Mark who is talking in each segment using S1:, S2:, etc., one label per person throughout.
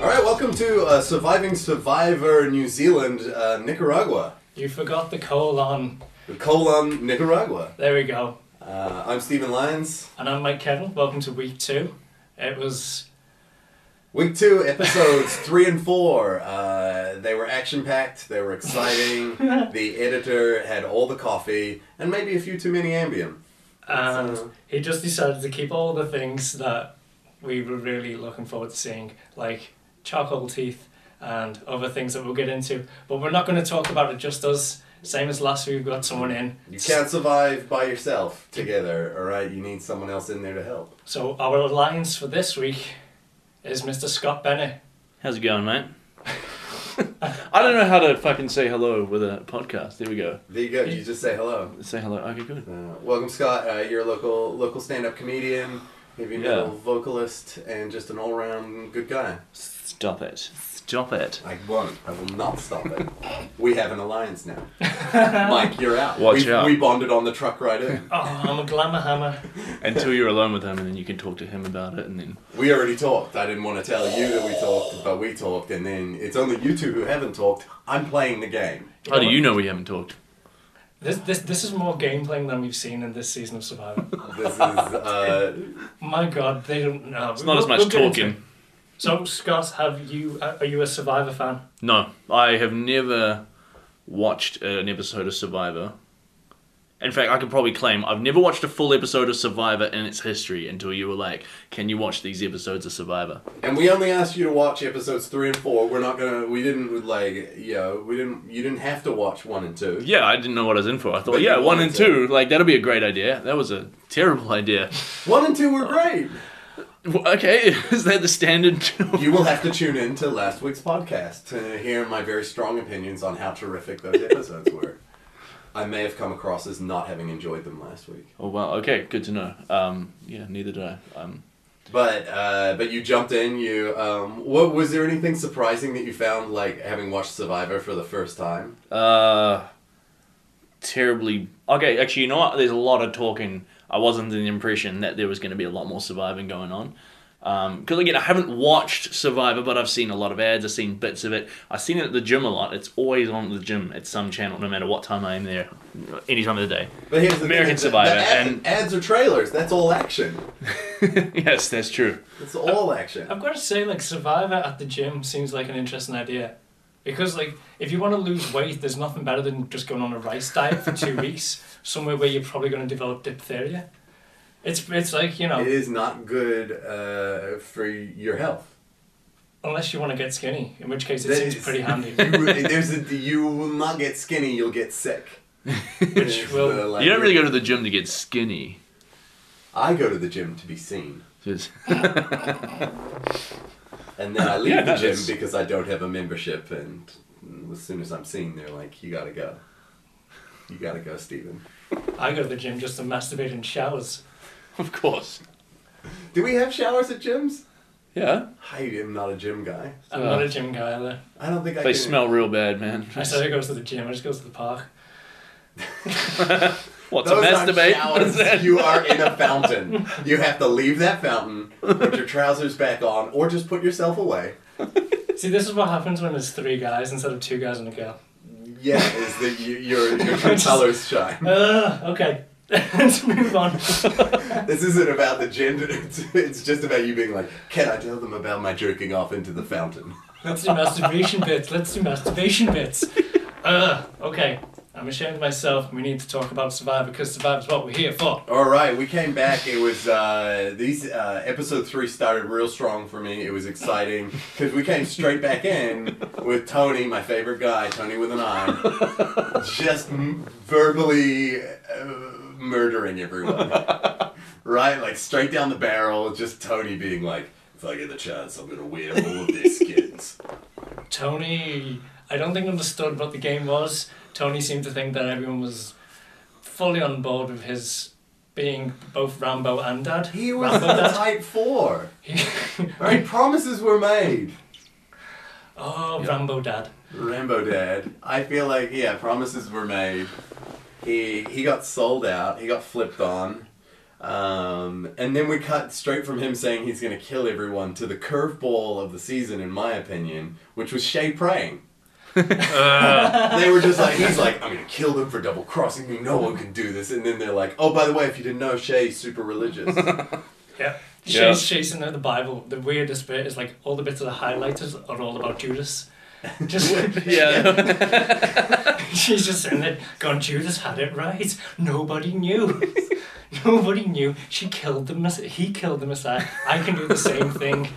S1: All right, welcome to uh, Surviving Survivor New Zealand, uh, Nicaragua.
S2: You forgot the colon.
S1: The colon Nicaragua.
S2: There we go.
S1: Uh, I'm Stephen Lyons.
S2: And I'm Mike Kettle. Welcome to week two. It was
S1: Week two, episodes three and four. Uh, they were action packed. They were exciting. the editor had all the coffee and maybe a few too many Ambien.
S2: and
S1: So-
S2: he just decided to keep all the things that we were really looking forward to seeing, like charcoal teeth and other things that we'll get into. But we're not going to talk about it just us. Same as last week, we've got someone in.
S1: You can't survive by yourself together. All right, you need someone else in there to help.
S2: So our alliance for this week is Mr. Scott Bennett.
S3: How's it going, mate? I don't know how to fucking say hello with a podcast. There we go.
S1: There you go. You just say hello.
S3: Say hello. Okay, good.
S1: Uh, welcome, Scott. Uh, you're a local local stand up comedian, maybe
S3: Yeah.
S1: metal vocalist, and just an all round good guy.
S3: Stop it. Stop it.
S1: I won't. I will not stop it. we have an alliance now. Mike, you're out.
S3: Watch
S1: we,
S3: out.
S1: We bonded on the truck ride in.
S2: Oh, I'm a glamour hammer.
S3: Until you're alone with him, and then you can talk to him about it, and then
S1: We already talked. I didn't want to tell you that we talked, but we talked, and then it's only you two who haven't talked. I'm playing the game.
S3: how do you know we haven't talked?
S2: This, this, this is more game playing than we've seen in this season of Survivor.
S1: This is uh,
S2: My God, they don't know.
S3: It's not as much talking.
S2: So, Scott, have you? Uh, are you a Survivor fan?
S3: No, I have never watched an episode of Survivor. In fact, I could probably claim I've never watched a full episode of Survivor in its history until you were like, "Can you watch these episodes of Survivor?"
S1: And we only asked you to watch episodes three and four. We're not gonna. We didn't like. You know, we didn't. You didn't have to watch one and two.
S3: Yeah, I didn't know what I was in for. I thought,
S1: But you
S3: yeah, one and
S1: wanted to.
S3: two, like that'll be a great idea. That was a terrible idea.
S1: One and two were great.
S3: Well, Okay, is that the standard?
S1: You will have to tune in to last week's podcast to hear my very strong opinions on how terrific those episodes were. I may have come across as not having enjoyed them last week,
S3: oh wow, okay, good to know. Um, yeah, neither did I. Um,
S1: but uh, but you jumped in. You um, what was there anything surprising that you found like having watched Survivor for the first time?
S3: uh, terribly. Okay, actually, you know what? There's a lot of talking. I wasn't in the impression that there was going to be a lot more surviving going on. Because again, I haven't watched Survivor, but I've seen a lot of ads. I've seen bits of it. I've seen it at the gym a lot. It's always on at the gym at some channel, no matter what time I am there, any time of the day.
S1: But here's the thing,
S3: American
S1: the-
S3: Survivor,
S1: the ads,
S3: and-
S1: ads are trailers. That's all action.
S3: yes, that's true.
S1: It's all action.
S2: I've got to say, like Survivor at the gym seems like an interesting idea, because like if you want to lose weight, there's nothing better than just going on a rice diet for two weeks, somewhere where you're probably going to develop diphtheria. It's it's like you
S1: It
S2: know,
S1: is not good uh, for your health.
S2: unless you want to get skinny, in which case it
S1: That
S2: seems
S1: is-
S2: pretty handy.
S1: You, there's a, you will not get skinny, you'll get sick. Which
S2: will-
S3: You don't really go to the gym to get skinny.
S1: I go to the gym to be seen.
S3: 'Cause-
S1: And then I leave
S3: Yeah,
S1: the
S3: no,
S1: gym
S3: that's-
S1: because I don't have a membership. And as soon as I'm seen, they're like, you gotta go. You gotta go, Steven.
S2: I go to the gym just to masturbate in showers.
S3: of course.
S1: Do we have showers at gyms?
S3: Yeah.
S1: I am not a gym guy.
S2: I'm
S3: Uh.
S2: not a gym guy either.
S1: I don't think I
S3: They
S1: can.
S3: smell real bad, man.
S2: I said I go to the gym. I just go to the park.
S3: What's a
S1: Those aren't
S3: masturbate?
S1: showers. you are in a fountain. You have to leave that fountain, put your trousers back on, or just put yourself away.
S2: See, this is what happens when there's three guys instead of two guys and a girl.
S1: Yeah, is that you, your your true colors shine.
S2: Ugh, Uh, okay, let's move on.
S1: This isn't about the gender. It's, it's just about you being like, can I tell them about my jerking off into the fountain?
S2: Let's do masturbation bits. Let's do masturbation bits. Ugh, okay, I'm ashamed of myself. We need to talk about Survivor because Survivor's what we're here for.
S1: All right, we came back. It was uh, these uh, episode three started real strong for me. It was exciting because we came straight back in with Tony, my favorite guy, Tony with an eye, just m- verbally uh, murdering everyone. right, like straight down the barrel. Just Tony being like, "If I get the chance, I'm gonna wear all of their skins."
S2: Tony, I don't think understood what the game was. Tony seemed to think that everyone was fully on board with his being both Rambo and Dad.
S1: He was
S2: Rambo
S1: the
S2: Dad.
S1: type four.
S2: He-
S1: Right? Promises were made.
S2: oh, Rambo Dad.
S1: Rambo Dad. I feel like yeah, promises were made. He he got sold out. He got flipped on. Um, and then we cut straight from him saying he's going to kill everyone to the curveball of the season, in my opinion, which was Shay praying. they were just like, he's like, I'm going to kill them for double crossing me. No one can do this. And then they're like, oh, by the way, if you didn't know, Shay's super religious.
S2: Yeah.
S3: Yeah.
S2: She's chasing out the Bible. The weirdest bit is like all the bits that are highlighted are all about Judas. Just
S3: Yeah.
S2: she's just sitting there going, Judas had it right. Nobody knew. Nobody knew. She killed the Messiah. He killed the Messiah. I can do the same thing.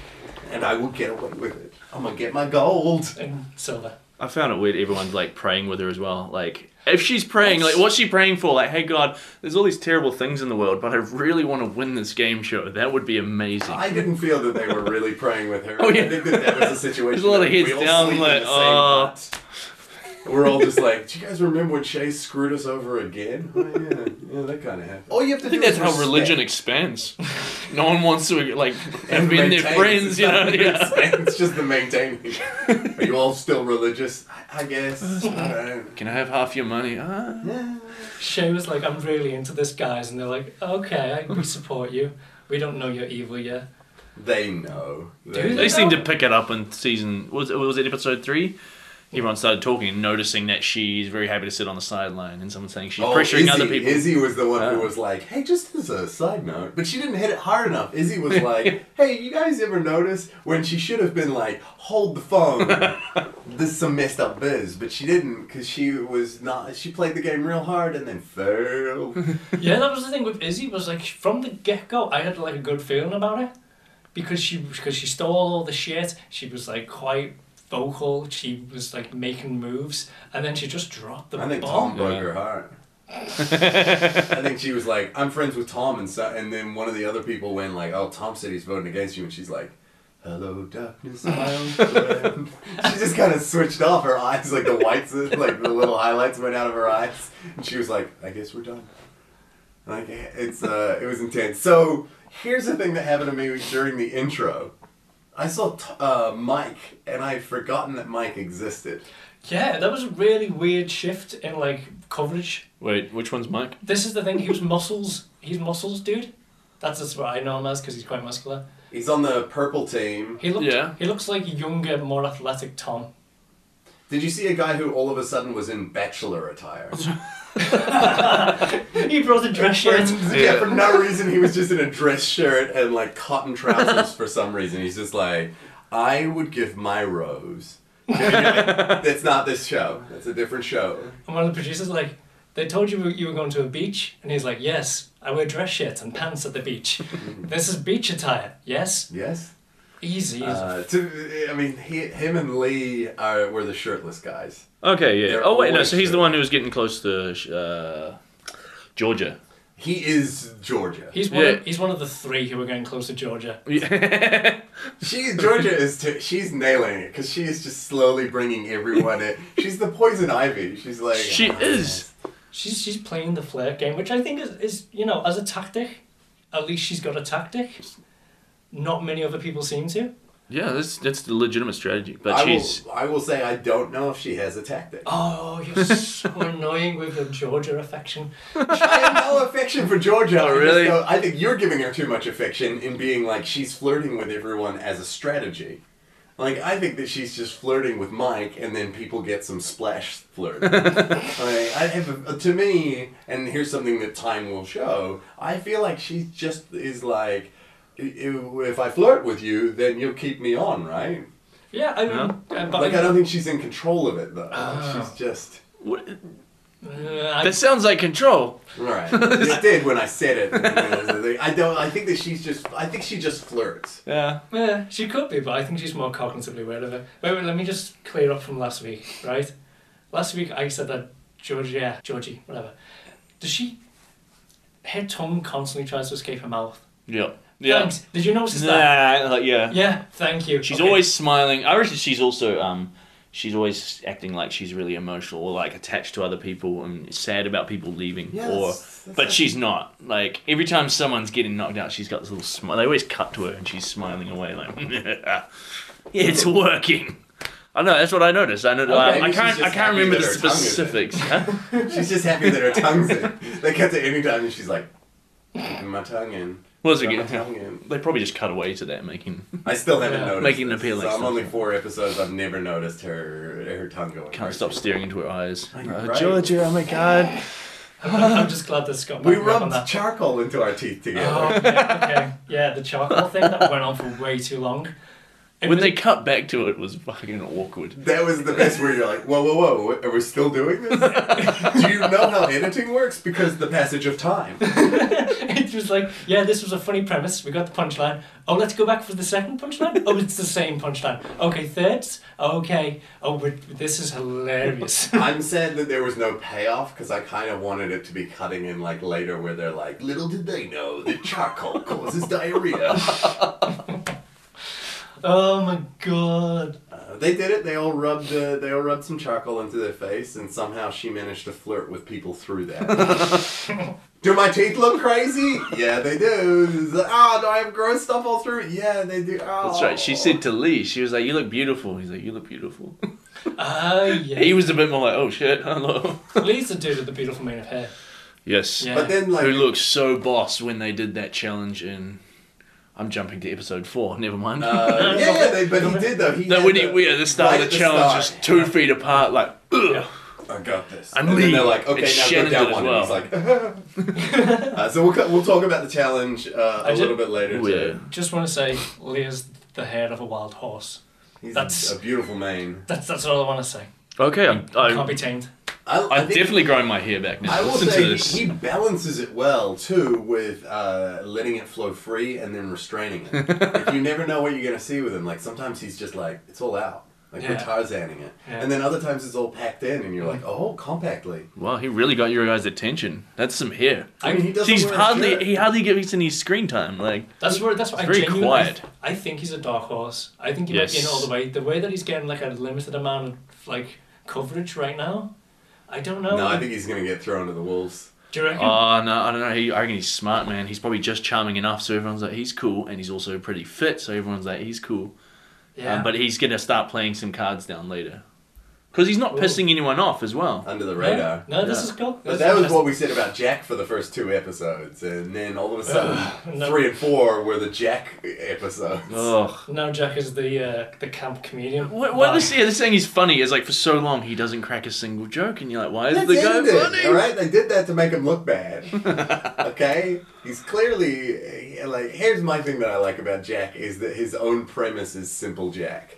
S1: and I will get away with it. I'm going to get my gold.
S2: And silver.
S3: I found it weird. Everyone's like praying with her as well. Like, if she's praying, like, what's she praying for? Like, hey God, there's all these terrible things in the world, but I really want to win this game show. That would be amazing.
S1: I didn't feel that they were really praying with her.
S3: Oh, yeah.
S1: I think that that was a situation.
S3: There's a lot of
S1: that we
S3: heads
S1: all
S3: down,
S1: sleep in
S3: like,
S1: the same
S3: "Oh."
S1: hut. We're all just like, do you guys remember when Shay screwed us over again? Oh, yeah, yeah, that kind of happened. All you have to
S3: I think
S1: do
S3: that's
S1: is
S3: how
S1: respect
S3: religion expands. No one wants to like have
S1: and
S3: been their
S1: maintain.
S3: friends, you know.
S1: It's
S3: Yeah.
S1: not- It's just the maintaining. Are you all still religious? I, I guess. I don't
S3: Can I have half your money? Ah.
S1: know.
S2: Shay was like, I'm really into this, guys. And they're like, okay, I, we support you. We don't know you're evil yet.
S1: They know.
S2: Do
S3: They seem to pick it up in season. Was it, was it episode three? Everyone started talking, and noticing that she's very happy to sit on the sideline, and someone saying she's
S1: Oh,
S3: pressuring
S1: Izzy,
S3: other people.
S1: Izzy was the one who
S3: Oh.
S1: was like, "Hey, just as a side note," but she didn't hit it hard enough. Izzy was like, "Hey, you guys ever notice when she should have been like, hold the phone, this is some messed up biz," but she didn't because she was not. She played the game real hard and then failed.
S2: yeah, that was the thing with Izzy was like from the get go. I had like a good feeling about her because she because she stole all the shit. She was like quite vocal. She was like making moves, and then she just dropped the
S1: I think
S2: ball.
S1: Tom broke
S3: Yeah.
S1: her heart. I think she was like, "I'm friends with Tom," and so, and then one of the other people went like, "Oh, Tom said he's voting against you," and she's like. Hello, darkness, my old friend. she just kind of switched off. Her eyes, like the whites, like the little highlights went out of her eyes. And she was like, I guess we're done. Like, it's, uh, it was intense. So, here's the thing that happened to me during the intro. I saw t- uh, Mike, and I had forgotten that Mike existed.
S2: Yeah, that was a really weird shift in like coverage.
S3: Wait, which one's Mike?
S2: This is the thing. He was muscles. He's muscles, dude. That's just what I know him as because he's quite muscular.
S1: He's on the purple team.
S2: He looked.
S3: Yeah.
S2: He looks like a younger, more athletic Tom.
S1: Did you see a guy who all of a sudden was in bachelor attire?
S2: he brought a dress
S1: For,
S2: shirt.
S1: yeah, for no reason. He was just in a dress shirt and like cotton trousers for some reason. He's just like, I would give my rose. And you're like, That's not this show. That's a different show.
S2: And one of the producers like, they told you you were going to a beach, and he's like, yes, I wear dress shirts and pants at the beach. this is beach attire. Yes,
S1: Yes.
S2: easy. as
S1: Uh, to, I mean, he, him and Lee are were the shirtless guys.
S3: Okay, yeah.
S1: They're
S3: oh wait, no.
S1: always
S3: So he's
S1: true.
S3: the one who was getting close to uh, Georgia.
S1: He is Georgia.
S2: he's one. Of,
S3: yeah.
S2: he's one of the three who are going close to Georgia.
S1: She Georgia is t- she's nailing it because she is just slowly bringing everyone in. She's the poison ivy. She's like "Oh,
S3: she is.
S2: She's she's playing the flirt game, which I think is, is you know as a tactic. At least she's got a tactic. Not many other people seem to.
S3: Yeah, that's that's the legitimate strategy. But
S1: I
S3: she's
S1: will, I will say I don't know if she has a tactic.
S2: Oh, you're so annoying with your Georgia affection.
S1: I have no affection for Georgia. I just
S3: Oh, really?
S1: don't- I think you're giving her too much affection in being like she's flirting with everyone as a strategy. Like I think that she's just flirting with Mike, and then people get some splash flirt. like, I have a, to me, and here's something that time will show. I feel like she just is like, "I- if I flirt with you, then you'll keep me on, right?
S2: Yeah, I mean, uh, but
S1: Like
S2: I-
S1: I don't think she's in control of it though. She's just.
S3: what,
S2: uh, I-
S3: that sounds like control.
S1: Right. it did when I said it. I don't. I think that she's just. I think she just flirts.
S3: Yeah.
S2: Yeah, she could be, but I think she's more cognitively aware of it. Wait, wait, let me just clear up from last week, right? Last week I said that Georgia, Georgie, whatever, does she, her tongue constantly tries to escape her mouth.
S3: Yeah. Yeah.
S2: Thanks. Did you notice that?
S3: Nah, like, yeah.
S2: Yeah, thank you.
S3: She's
S2: Okay.
S3: always smiling. I reckon she's also um, she's always acting like she's really emotional or like attached to other people and is sad about people leaving.
S1: Yeah,
S3: or
S1: that's- that's
S3: but
S1: like-
S3: she's not. Like every time someone's getting knocked out, she's got this little smile. They always cut to her and she's smiling away like, yeah, it's working. I know. That's what I noticed. I know.
S1: Okay,
S3: I, I
S1: maybe she's
S3: can't. I
S1: just
S3: can't
S1: happy
S3: remember the
S1: that her tongue is in.
S3: specifics. Huh?
S1: She's just happy that her tongue's in. They cut to any time and she's like, "Put my tongue in.
S3: What was it?
S1: Put my
S3: again?
S1: tongue in.
S3: They probably just cut away to that, making
S1: I still haven't
S2: Yeah.
S1: noticed.
S3: Making
S1: this.
S3: the peel
S1: So I'm
S3: extra.
S1: only four episodes. I've never noticed her her tongue going.
S3: can't
S1: right.
S3: stop staring into her eyes.
S1: I know,
S3: Uh,
S1: right?
S3: Georgia, oh my god.
S2: I'm just glad that Scott
S1: We
S2: backed me up on
S1: rubbed
S2: that.
S1: charcoal into our teeth together.
S2: Oh, okay, okay. Yeah, the charcoal thing that went on for way too long. It
S3: When
S2: was-
S3: they cut back to it, was fucking awkward.
S1: That was the best where you're like, whoa, whoa, whoa, what- are we still doing this? Do you know how editing works? Because the passage of time.
S2: it was like, yeah, this was a funny premise. We got the punchline. Oh, let's go back for the second punchline. Oh, it's the same punchline. Okay, thirds. Okay. Oh, we this is hilarious.
S1: I'm sad that there was no payoff because I kind of wanted it to be cutting in like later where they're like, little did they know that charcoal causes diarrhea.
S2: oh my god.
S1: Uh, they did it. They all rubbed uh, they all rubbed some charcoal into their face, and somehow she managed to flirt with people through that. do my teeth look crazy? Yeah, they do. Ah, do I have gross stuff all through? Yeah, they do. Oh.
S3: That's right. She said to Lee, she was like, "You look beautiful." He's like, "You look beautiful."
S2: Ah, yeah.
S3: He was a bit more like, "Oh shit, hello."
S2: Lee's the dude with the beautiful mane of hair.
S3: yes.
S2: Yeah.
S1: But then, like,
S3: Who looked so boss when they did that challenge in? I'm jumping to episode four. Never mind.
S1: Uh, yeah, yeah, they, but he did though. He
S3: no,
S1: had
S3: when he, we at the start
S1: right
S3: of
S1: at
S3: the challenge,
S1: start.
S3: just two feet apart, like. Ugh.
S2: Yeah.
S1: I got this.
S3: And
S1: And, then
S3: Lee.
S1: they're like, okay,
S3: And
S1: now go
S3: Shannon
S1: down
S3: did
S1: one.
S3: as
S1: And he's like, uh, so we'll co- we'll talk about the challenge uh,
S2: I
S1: a
S2: ju-
S1: little bit later.
S3: Oh, yeah.
S1: Too.
S2: Just want to say, Lee's the head of a wild horse.
S1: He's
S2: That's-
S1: a beautiful mane.
S2: That's that's all I want to say.
S3: Okay, I'm,
S2: Can't
S3: I'm,
S2: be tamed.
S1: I, I
S3: I'm
S1: think-
S3: definitely growing my hair back now.
S1: I will
S3: Listen to
S1: say
S3: this.
S1: he, he balances it well too with uh, letting it flow free and then restraining it. like you never know what you're gonna see with him. Like sometimes he's just like it's all out, like we're
S2: Yeah.
S1: Tarzaning it,
S2: Yeah.
S1: and then other times it's all packed in, and you're like, oh, compactly.
S3: Wow, he really got your guys' attention. That's some hair.
S1: I mean, he doesn't.
S3: He's
S1: wear a
S3: hardly
S1: shirt.
S3: he hardly gets any screen time. Like
S2: That's where that's what
S3: It's
S2: I
S3: very
S2: genuinely
S3: quiet.
S2: I think he's a dark horse. I think he might be in
S3: Yes.
S2: all the way. The way that he's getting like a limited amount of like coverage right now, I don't know.
S1: No, I think he's gonna get thrown to the wolves.
S2: Do you reckon?
S3: oh no, I don't know. He, I reckon he's smart, man. He's probably just charming enough, so everyone's like he's cool, and he's also pretty fit, so everyone's like he's cool.
S2: yeah.
S3: Um, but he's gonna start playing some cards down later, because he's not
S2: Ooh.
S3: pissing anyone off as well.
S1: Under the
S2: No,
S1: radar.
S2: No, this
S3: Yeah.
S2: is cool.
S1: uh, But
S2: This
S1: that
S2: is
S1: was what we said about Jack for the first two episodes, and then all of a sudden,
S2: no.
S1: three and four were the Jack episodes.
S3: Ugh.
S2: interesting. Now Jack is the uh, the camp comedian.
S3: Uh, What, what
S2: Bye.
S3: this, yeah, this thing is funny is like for so long he doesn't crack a single joke, and you're like, why is
S1: That's
S3: the guy
S1: ended,
S3: funny?
S1: All right, they did that to make him look bad. okay, he's clearly eh, like. Here's my thing that I like about Jack is that his own premise is simple. Jack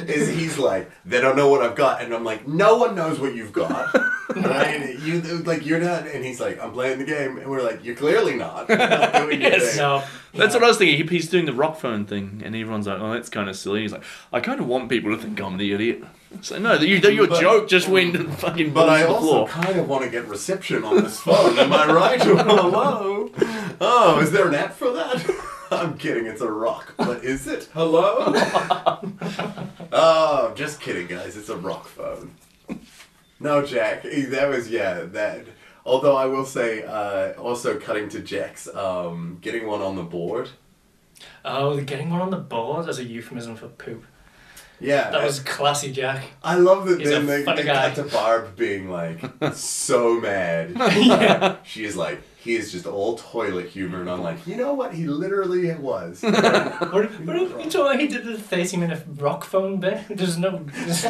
S1: is he's like they don't know what I've got, and I'm like no one knows what you've got. Right? You like you're not, and he's like I'm playing the game, and we're like you're clearly not. You're not doing your
S3: Yes.
S1: thing."
S2: No.
S3: That's
S2: no.
S3: what I was thinking. He, he's doing the rock phone thing, and everyone's like, "Oh, that's kind of silly." He's like, "I kind of want people to think I'm the idiot." So no, that you, that your
S1: But-
S3: joke just went and fucking
S1: But I
S3: balls to the
S1: also
S3: floor.
S1: kind of want to get reception on this phone. Am I right? Hello? Oh, is there an app for that? I'm kidding, it's a rock. But is it? Hello? oh, just kidding, guys. It's a rock phone. No, Jack. eh, That was, yeah, that. Although I will say, uh, also cutting to Jack's um, getting one on the board.
S2: Oh, the getting one on the board as a euphemism for poop.
S1: Yeah.
S2: That was classy, Jack.
S1: I love that
S2: He's
S1: then
S2: a
S1: they,
S2: funny
S1: they cut to
S2: guy.
S1: Barb being like so mad.
S2: Yeah.
S1: She is like, he is just all toilet humor, and I'm like, you know what? He literally was.
S2: What, what if you told me he did a thirty-minute rock phone bit? There's no, there's,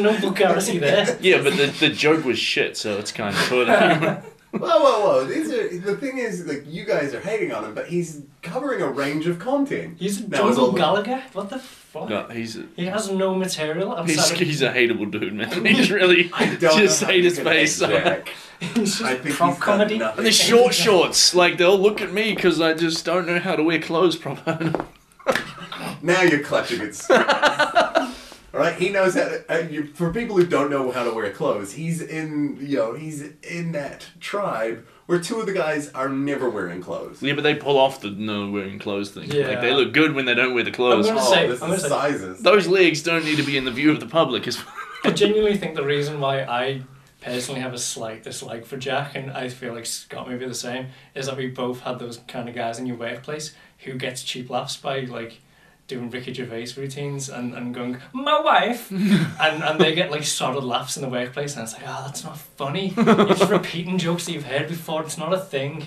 S2: no vulgarity there.
S3: Yeah, but the, the joke was shit, so it's kind of put.
S1: whoa, whoa, whoa! These are the thing is like you guys are hating on him, but he's covering a range of content.
S2: He's a
S1: That was all
S2: jungle
S1: the-
S2: Gallagher. What the fuck?
S3: no, he's a,
S2: He has no material
S3: he's,
S2: outside.
S3: he's a hateable dude, man. He's really
S1: I don't
S3: just
S1: know how
S3: hate
S1: you
S3: his
S1: can
S3: face.
S1: hate
S3: so-
S1: Jack.
S2: of, he's just
S1: I think
S2: prop
S1: he's done
S2: comedy.
S1: nothing.
S3: And the short shorts, like they'll look at me because I just don't know how to wear clothes properly.
S1: Now you're clutching at straws. All right, he knows how to. Uh, you, for people who don't know how to wear clothes, he's in. You know, he's in that tribe where two of the guys are never wearing clothes.
S3: Yeah, but they pull off the no wearing clothes thing. Like they
S2: Yeah.
S3: look good when they don't wear the clothes. Oh.
S2: I'm gonna
S1: Oh,
S2: say-
S1: this
S2: I'm
S1: is
S2: gonna
S1: sizes.
S3: Those legs don't need to be in the view of the public. As
S2: I genuinely think the reason why I personally have a slight dislike for Jack, and I feel like Scott may be the same, is that we both had those kind of guys in your workplace who gets cheap laughs by like doing Ricky Gervais routines and, and going, my wife! and, and they get like solid laughs in the workplace, and it's like, oh, that's not funny. You're just repeating jokes that you've heard before, it's not a thing.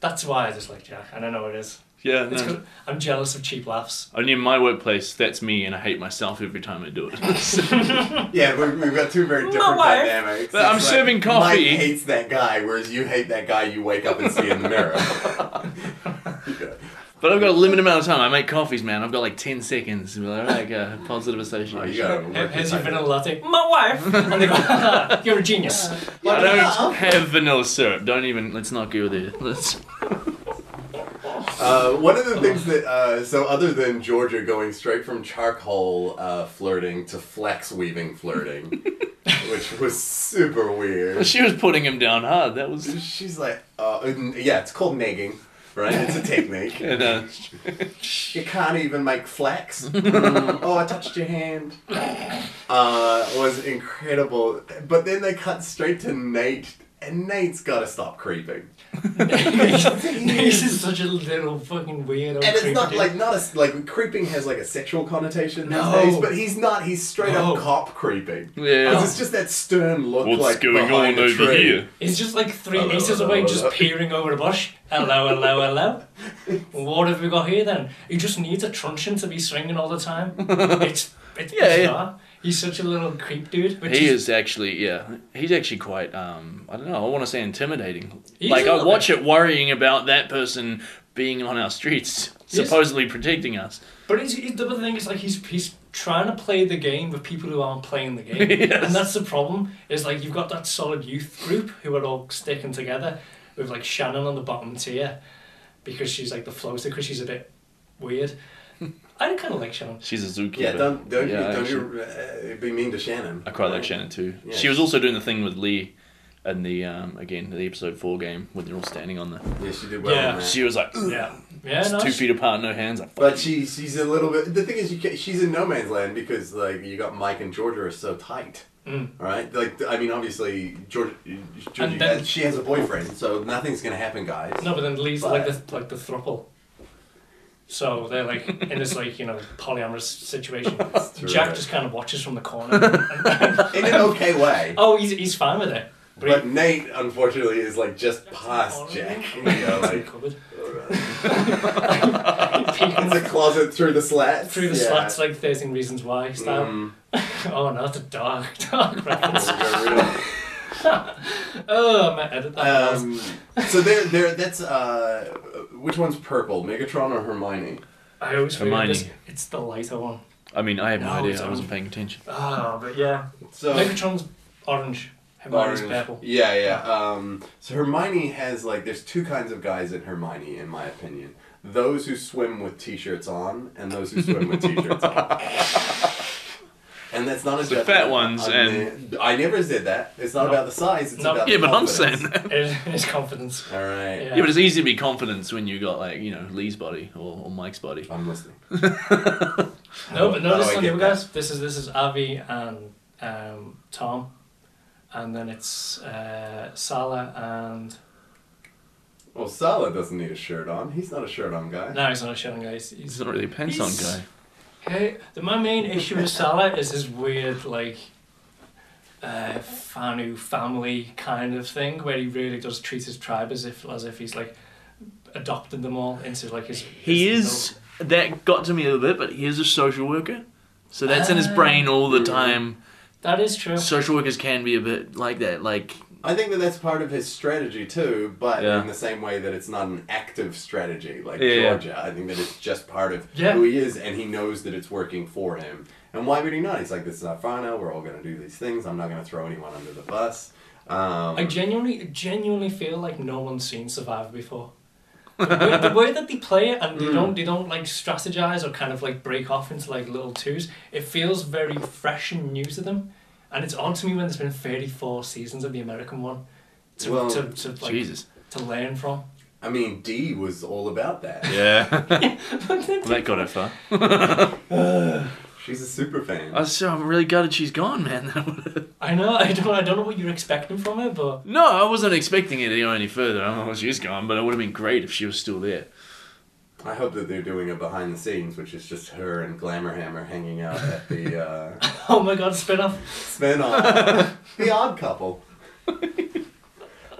S2: That's why I dislike Jack, and I know it is.
S3: yeah,
S2: It's
S3: no.
S2: 'cause I'm jealous of cheap laughs.
S3: Only in my workplace, that's me, and I hate myself every time I do it.
S1: Yeah, we- we've got two very
S2: My
S1: different
S2: wife.
S1: dynamics.
S3: But I'm
S1: It's
S3: serving coffee.
S1: Mike hates that guy, whereas you hate that guy you wake up and see in the mirror. Yeah.
S3: but I've got a limited amount of time. I make coffees, man. I've got like ten seconds. Be Like, like a positive association.
S1: Oh, you gotta
S2: Here-
S1: work
S2: Here's
S1: this
S2: your
S1: out.
S2: vanilla latte. My wife! And they go, "Ah, you're a genius.
S3: I don't have vanilla syrup. Don't even. Let's not go there. Let's.
S1: Uh, one of the things that uh, so other than Georgia going straight from charcoal uh, flirting to flex weaving flirting, which was super weird.
S3: She was putting him down hard. That was.
S1: She's like, uh, n- yeah, it's called negging, right? It's a technique.
S3: And, uh,
S1: You can't even make flex. Mm, oh, I touched your hand. Uh, was incredible. But then they cut straight to Nate, and Nate's got to stop creeping. Uh.
S2: This is such a little fucking weirdo.
S1: And it's
S2: creepy
S1: not
S2: dude.
S1: like not as like creeping has like a sexual connotation these
S2: No.
S1: days, but he's not. He's straight
S2: No.
S1: up cop creeping.
S3: Yeah.
S1: 'Cause it's just that stern look.
S3: what's
S1: like,
S3: going
S1: behind
S3: on
S1: a
S3: over
S1: tree.
S3: here?
S2: He's just like three
S1: Hello,
S2: meters
S1: hello,
S2: away,
S1: hello.
S2: just peering over the bush. Hello, hello, hello. what have we got here then? He just needs a truncheon to be swinging all the time. It's it's
S3: Yeah, yeah.
S2: bizarre. He's such a little creep dude. Which
S3: He
S2: is,
S3: is actually, yeah, he's actually quite. Um, I don't know. I want to say intimidating.
S2: He's
S3: like
S2: a
S3: I
S2: little
S3: watch it, worrying about that person being on our streets,
S2: Yes.
S3: supposedly protecting us.
S2: But he's, he, the other thing is like he's he's trying to play the game with people who aren't playing the game,
S3: Yes.
S2: and that's the problem. Is like you've got that solid youth group who are all sticking together with like Shannon on the bottom tier because she's like the floater because she's a bit weird. I kind of like Shannon.
S3: She's a zookeeper.
S1: Yeah, don't don't
S3: Yeah,
S1: you, don't
S3: actually.
S1: you uh, be mean to Shannon.
S3: I quite like Shannon too.
S1: Yeah.
S3: She was also doing the thing with Lee, in the um, again the episode four game when they're all standing on the.
S1: Yeah, she did well.
S2: Yeah.
S1: on that.
S3: She was like, "Ugh,
S2: Yeah, yeah,
S3: it's
S2: no,
S3: two
S2: she-
S3: feet apart, no hands. Like,
S1: But she she's a little bit. The thing is, you can, she's in no man's land because like you got Mike and Georgia are so tight,
S2: Mm.
S1: right? Like I mean, obviously Georgia, Georgia
S2: And then-
S1: has- she has a boyfriend, so nothing's gonna happen, guys.
S2: No, but then Lee's like the like the thruple. So they're like in this like you know polyamorous situation.
S1: That's true.
S2: Jack just kind of watches from the corner.
S1: in an okay way.
S2: oh, he's he's fine with it. Oh, But, he-
S1: But Nate, unfortunately, is like just past Jack. You know,
S2: It's in the
S1: like
S2: cupboard.
S1: it's a closet through the slats.
S2: Through the
S1: yeah.
S2: slats, like 13 Reasons Why style.
S1: Mm.
S2: Oh, no, that's a dark, dark reference.
S1: Yeah,
S2: oh, I might
S1: really.
S2: edit that. out.
S1: um, so there, there. That's uh, which one's purple, Megatron or Hermione?
S2: I always forget
S3: Hermione.
S2: this. It's the lighter one.
S3: I mean, I have no,
S2: No,
S3: idea.
S2: it's
S3: I wasn't
S2: on-
S3: paying attention.
S2: Oh, but yeah.
S1: So
S2: Megatron's orange. Hermione's
S1: Orange.
S2: purple.
S1: Yeah, yeah. Um, so Hermione has like there's two kinds of guys in Hermione, in my opinion. Those who swim with t-shirts on, and those who swim with t-shirts on. And that's not a
S3: The
S1: judgment
S3: fat ones
S1: on
S3: and-
S1: the- I never said that. It's not
S2: No.
S1: about the size. It's
S2: No.
S1: about
S3: Yeah,
S1: the
S3: but I'm
S1: confidence.
S3: saying that.
S2: It is confidence.
S1: All right.
S2: Yeah.
S3: Yeah, but it's easy to be confident when you got like you know Lee's body or, or Mike's body.
S1: I'm listening.
S2: No, but no,
S1: How do
S2: this
S1: I
S2: is
S1: get
S2: on you
S1: Oh, that?
S2: guys. This is this is Avi and um, Tom, and then it's uh, Salah and
S1: Well, Salah doesn't need a shirt on. He's not a shirt on guy.
S2: no, he's not Shannon guy. He's, he's
S3: He's not really a pants on
S2: He's-
S3: guy.
S2: Hey, the, my main issue with Salah is his weird, like, uh, Fanu family kind of thing, where he really does treat his tribe as if as if he's like adopted them all into like his.
S3: He
S2: his
S3: is that got to me a little bit, but he is a social worker, so that's in his
S2: Ah.
S3: brain all the
S1: Mm.
S3: time.
S2: That is true.
S3: Social workers can be a bit like that, like
S1: I think that that's part of his strategy too, but
S3: Yeah.
S1: in the same way that it's not an active strategy like
S3: Yeah.
S1: Georgia. I think that it's just part of
S2: Yeah.
S1: who he is, and he knows that it's working for him. And why would he not? He's like, "This is our final. We're all going to do these things. I'm not going to throw anyone under the bus." Um,
S2: I genuinely, genuinely feel like no one's seen Survivor before. The way, the way that they play it and they don't, they don't like strategize or kind of like break off into like little twos. It feels very fresh and new to them, and it's odd to me when there's been thirty four seasons of the American one. to,
S1: Well,
S2: to, to, like,
S3: Jesus.
S2: to learn from.
S1: I mean, D was all about that.
S3: Yeah. that got her far.
S1: She's a super fan.
S3: I so I'm really gutted she's gone, man.
S2: I know. I don't. I don't know what you're expecting from her, but
S3: no, I wasn't expecting it to go any further. I don't know if she's gone, but it would have been great if she was still there.
S1: I hope that they're doing a behind the scenes, which is just her and Glamour Hammer hanging out at the uh,
S2: oh my god, spin off.
S1: spin off. the odd couple.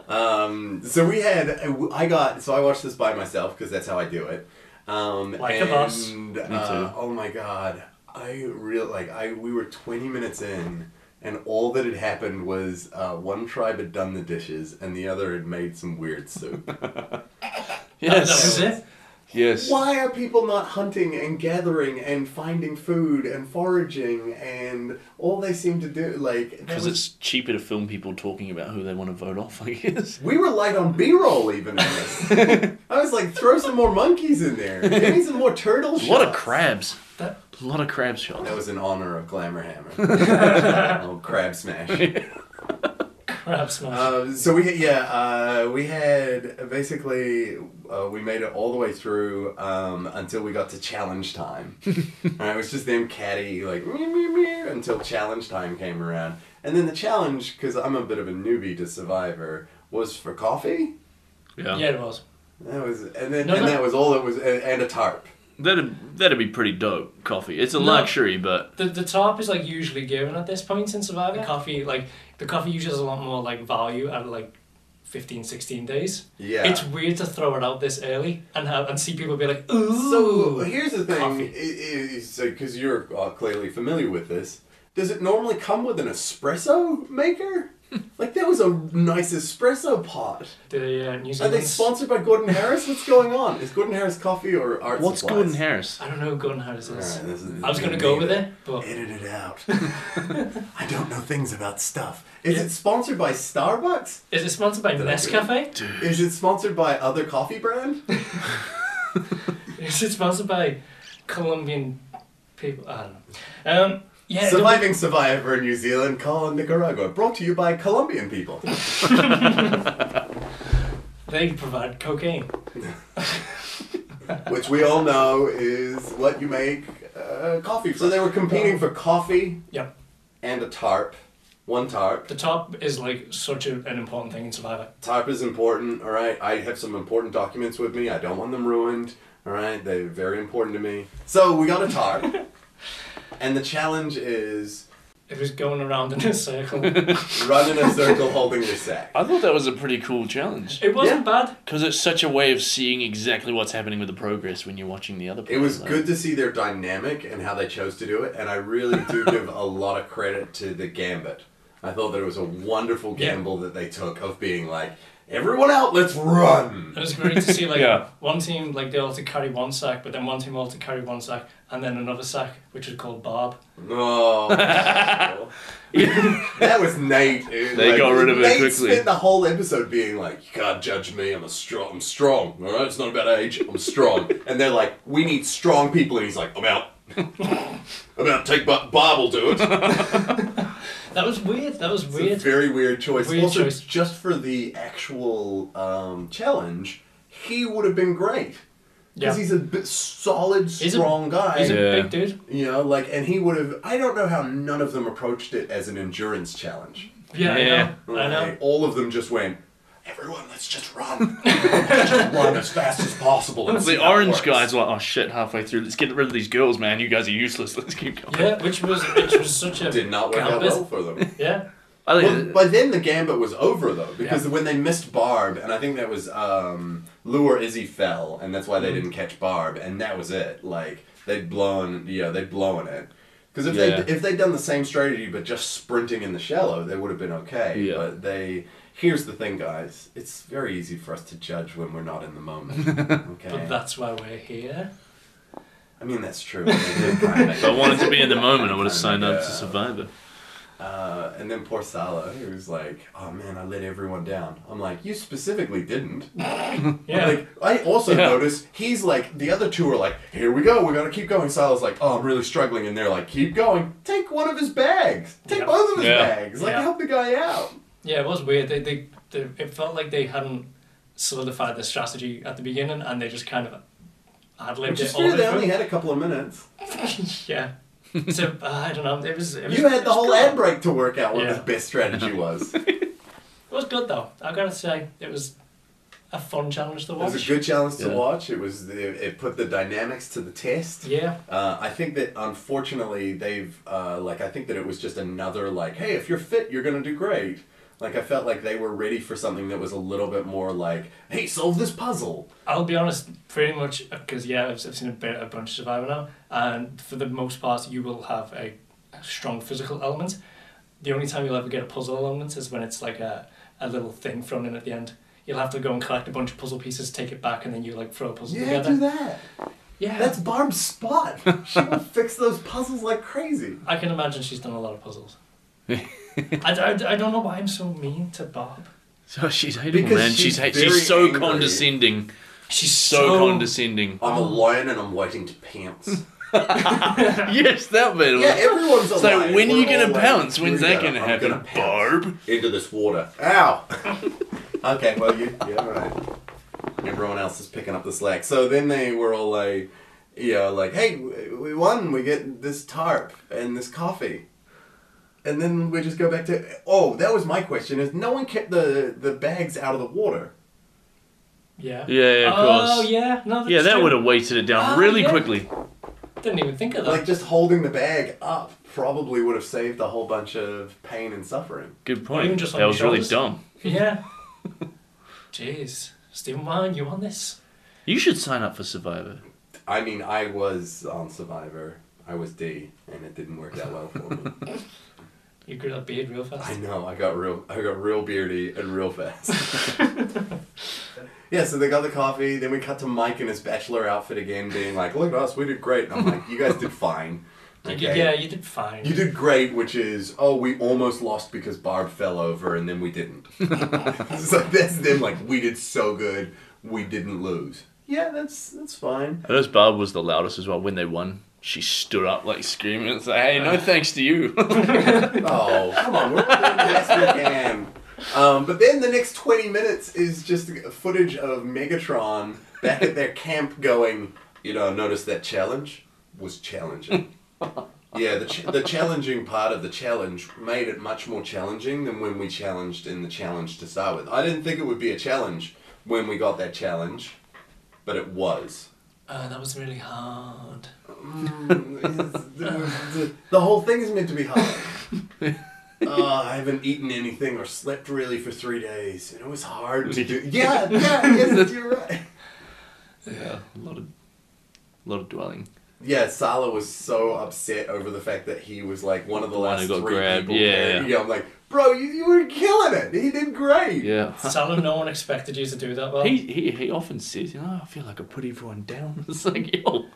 S1: um, so we had, I got, so I watched this by myself because that's how I do it. Um,
S2: Like a
S1: and,
S2: boss.
S1: uh, oh my god, I real like I we were twenty minutes in, and all that had happened was uh, one tribe had done the dishes and the other had made some weird soup.
S2: That, that was
S3: Yes.
S2: it.
S3: Yes.
S1: Why are people not hunting and gathering and finding food and foraging and all they seem to do like there
S3: Because
S1: was-
S3: it's cheaper to film people talking about who they want to vote off, I guess.
S1: we were light on B-roll even in this. I was like, throw some more monkeys in there. Give me some more turtle
S3: A
S1: shots.
S3: lot of crabs.
S2: That,
S3: A lot of crab shots.
S1: That was in honor of Glamour Hammer. oh, crab smash.
S2: perhaps not.
S1: Um, so we yeah uh, we had basically uh, we made it all the way through um, until we got to challenge time. and it was just them catty like meow, meow, meow, until challenge time came around, and then the challenge because I'm a bit of a newbie to Survivor was for coffee.
S2: yeah, it was.
S1: That was and then
S2: No,
S1: and
S2: no.
S1: that was all it was and, and a tarp.
S3: That'd that'd be pretty dope. Coffee. It's a
S2: No.
S3: luxury, but
S2: The, the top is like usually given at this point in Survivor. coffee like the coffee usually has a lot more like value at like 15, 16 days.
S1: Yeah.
S2: It's weird to throw it out this early and have and see people be like, ooh.
S1: So here's the thing,
S2: Coffee.
S1: is because you're uh, clearly familiar with this. Does it normally come with an espresso maker? like that was a nice espresso pot.
S2: the uh, New
S1: Are they
S2: Zealand's-
S1: sponsored by Gordon Harris? What's going on? Is Gordon Harris coffee or art
S3: what's
S1: supplies?
S3: Gordon Harris?
S2: I don't know who Gordon Harris
S1: All
S2: is.
S1: right, this is-
S2: I was gonna go with
S1: leave
S2: it, but
S1: Edit it out. I don't know things about stuff. Is it sponsored by Starbucks?
S2: is it sponsored by
S1: Did I do
S2: Nescafe?
S1: Is it sponsored by other coffee brand?
S2: Is it sponsored by Colombian people? I don't know. Um, yeah, there was-
S1: Surviving Survivor in New Zealand, call Nicaragua. Brought to you by Colombian people.
S2: they provide cocaine.
S1: which we all know is what you make uh, coffee from. So they were competing for coffee
S2: Yep.
S1: and a tarp. One tarp.
S2: The top is like such a, an important thing in Survivor.
S1: Tarp is important, all right? I have some important documents with me. I don't want them ruined, all right? They're very important to me. So we got a tarp. and the challenge is
S2: It was going around in a circle.
S1: run in a circle holding your sack.
S3: I thought that was a pretty cool challenge
S2: It wasn't bad.
S3: because it's such a way of seeing exactly what's happening with the progress when you're watching the other.
S1: It was
S3: progress.
S1: good to see their dynamic and how they chose to do it, and I really do give a lot of credit to the gambit. I thought that it was a wonderful
S2: Yeah.
S1: gamble that they took of being like, everyone out, let's run!
S2: It was great to see like
S3: Yeah.
S2: one team like they all had to carry one sack, but then one team all had to carry one sack and then another sack, which was called Barb.
S3: Mm.
S1: Oh, that was Nate. dude.
S3: They got rid of it
S1: Nate
S3: quickly.
S1: spent the whole episode being like, "You can't judge me. I'm a strong. I'm strong. All right, it's not about age. I'm strong." and they're like, "We need strong people," and he's like, "I'm out. I'm out. Take Bob. Bob will do it."
S2: That was weird. That was
S1: It's a
S2: weird.
S1: very weird choice.
S2: Weird
S1: also,
S2: choice.
S1: just for the actual um, challenge, he would have been great
S2: Yeah.
S1: because
S2: He's
S1: he's a bit solid,
S2: a-
S1: strong guy.
S2: a
S3: Yeah.
S2: big dude.
S1: you know, like, and he would have. I don't know how none of them approached it as an endurance challenge.
S2: Yeah,
S3: Yeah.
S2: I know. I know.
S1: Like, All of them just went. Everyone, let's just run. let's just run as fast as possible. and see
S3: The
S1: how it
S3: orange
S1: works."
S3: guy's like, oh shit, halfway through, let's get rid of these girls, man. You guys are useless. Let's keep going.
S2: Yeah, which was which was such a
S1: did not work out
S2: gambit.
S1: well for them.
S2: Yeah.
S3: I
S1: Well,
S3: think,
S1: by then the gambit was over though, because when they missed Barb, and I think that was um, Lou or Izzy fell, and that's why
S3: Mm-hmm.
S1: they didn't catch Barb, and that was it. Like they'd blown, yeah, they'd blown it. Because if
S3: Yeah.
S1: they if they'd done the same strategy but just sprinting in the shallow, they would have been okay.
S3: Yeah.
S1: But they. Here's the thing, guys. It's very easy for us to judge when we're not in the moment.
S2: But
S1: Okay.
S2: that's why we're here.
S1: I mean, that's true. They did kinda make
S3: if I wanted to be in the moment, I would have
S1: Yeah.
S3: signed up to Survivor.
S1: Uh, and then poor Salah, he was like, "Oh man, I let everyone down." I'm like, "You specifically didn't."
S2: Yeah.
S1: Like I also
S3: Yeah.
S1: noticed he's like the other two are like, "Here we go, we're gonna keep going." Salah's like, "Oh, I'm really struggling," and they're like, "Keep going. Take one of his bags. Take
S2: Yeah.
S1: both of his
S3: Yeah.
S1: bags. Like
S2: Yeah.
S1: help the guy out."
S2: yeah, it was weird. They they they, it felt like they hadn't solidified the strategy at the beginning, and they just kind of ad libbed
S1: Which is
S2: it all
S1: fair, they
S2: over.
S1: only had a couple of minutes.
S2: yeah. So uh, I don't know. It was. It was
S1: You had
S2: it
S1: the
S2: was
S1: whole
S2: good.
S1: ad break to work out what
S2: Yeah.
S1: his best strategy was. it
S2: It was good though. I gotta say, it was a fun challenge to watch.
S1: was a good challenge to
S3: Yeah.
S1: watch. It was the, it put the dynamics to the test.
S2: yeah.
S1: Uh, I think that unfortunately they've uh, like I think that it was just another like hey if you're fit you're gonna do great like I felt like they were ready for something that was a little bit more like hey solve this puzzle
S2: I'll be honest, pretty much because yeah, I've, I've seen a bit a bunch of Survivor now, and for the most part, you will have a, a strong physical element. The only time you'll ever get a puzzle element is when it's like a, a little thing thrown in at the end. You'll have to go and collect a bunch of puzzle pieces, take it back, and then you like throw a puzzle
S1: yeah
S2: together.
S1: do that
S2: Yeah,
S1: that's Barb's spot she will fix those puzzles like crazy
S2: I can imagine she's done a lot of puzzles. I, d- I d- I don't know why I'm so mean to Bob.
S3: So she's hateable,
S1: Because
S3: man.
S1: she's
S3: She's hate-
S1: very
S3: she's so
S1: angry.
S3: condescending.
S2: She's
S3: So condescending.
S1: I'm a
S2: Um,
S1: lion and I'm waiting to pounce
S3: yes, that bit.
S1: yeah everyone's a
S3: so
S1: lion.
S3: when are you
S1: We're all
S3: gonna
S1: lions.
S3: pounce? When's
S1: We're
S3: that
S1: gonna-
S3: gonna
S1: I'm
S3: happen,
S1: gonna pounce
S3: Barb?
S1: into this water ow okay well you yeah all right everyone else is picking up the slack. So then they were all like, you know, like, hey, w- we won, we get this tarp and this coffee. And then we just go back to, oh, that was my question, is no one kept the, the bags out of the water.
S2: Yeah.
S3: Yeah, yeah, Oh, of
S2: Oh
S3: course.
S2: yeah, no. That's
S3: Yeah, that
S2: true.
S3: would have weighted it down
S2: Ah,
S3: really
S2: yeah.
S3: quickly.
S2: Didn't even think
S3: Oh.
S2: of that.
S1: Like, just holding the bag up probably would have saved a whole bunch of pain and suffering.
S3: Good
S2: Or even
S3: point.
S2: just on
S3: that
S2: your
S3: was really
S2: shoulders.
S3: dumb.
S2: Yeah. Jeez. Stephen Wine, you on this?
S3: You should sign up for Survivor.
S1: I mean, I was on Survivor. I was D, and it didn't work that well for me.
S2: You grew that beard real
S1: I
S2: fast.
S1: know. I got real. I got real beardy and real fast. yeah. So they got the coffee. Then we cut to Mike in his bachelor outfit again, being like, "Look at us. We did great." And I'm like, "You guys did fine."
S2: You did- Yeah, you did fine.
S1: You did great, which is, oh, we almost lost because Barb fell over, and then we didn't. so that's them like, we did so good, we didn't lose. Yeah, that's that's fine.
S3: I noticed Barb was the loudest as well when they won. She stood up like screaming. It's like, hey, no thanks to you.
S1: Oh, come on, we're doing the best we can. Um, but then the next 20 minutes is just footage of Megatron back at their camp going, you know, notice that challenge was challenging. Yeah, the, ch- the challenging part of the challenge made it much more challenging than when we challenged in the challenge to start with. I didn't think it would be a challenge when we got that challenge, but it was.
S2: Uh, that was really hard.
S1: Mm, the, the whole thing is meant to be hard. Uh, I haven't eaten anything or slept really for three days, and it was hard to do. Yeah, yeah, yes, you're right.
S3: yeah, a lot of, lot of dwelling.
S1: Yeah, Salah was so upset over the fact that he was like one of the
S3: one
S1: last
S3: who got
S1: three
S3: grabbed,
S1: people.
S3: yeah.
S1: carrying- I'm like, bro, you, you were killing it. He did great.
S3: Yeah.
S2: Salah, no one expected you to do that well.
S3: He, he, he often says, you know, I feel like I put everyone down. It's like, yo,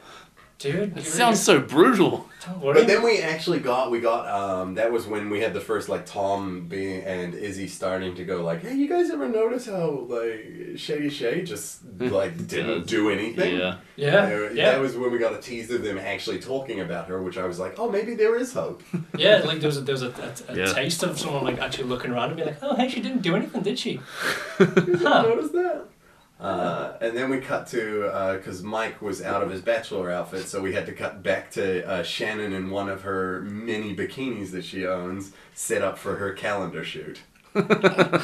S2: Dude, you really-
S3: it sounds so brutal.
S2: Don't worry.
S1: But then we actually got we got um that was when we had the first like Tom being and Izzy starting to go like hey you guys ever notice how like Shady Shay just like didn't do anything
S3: Yeah.
S2: yeah,
S1: They were-
S2: yeah,
S1: that was when we got a tease of them actually talking about her which I was like oh maybe there is hope
S2: yeah. Like there was a, there was a, a, a
S3: Yeah.
S2: taste of someone like actually looking around and being like, oh hey, she didn't do anything, did she?
S1: you ever
S2: Huh.
S1: notice that uh, and then we cut to because Mike was out of his bachelor outfit so we had to cut back to uh, Shannon in one of her many bikinis that she owns set up for her calendar shoot.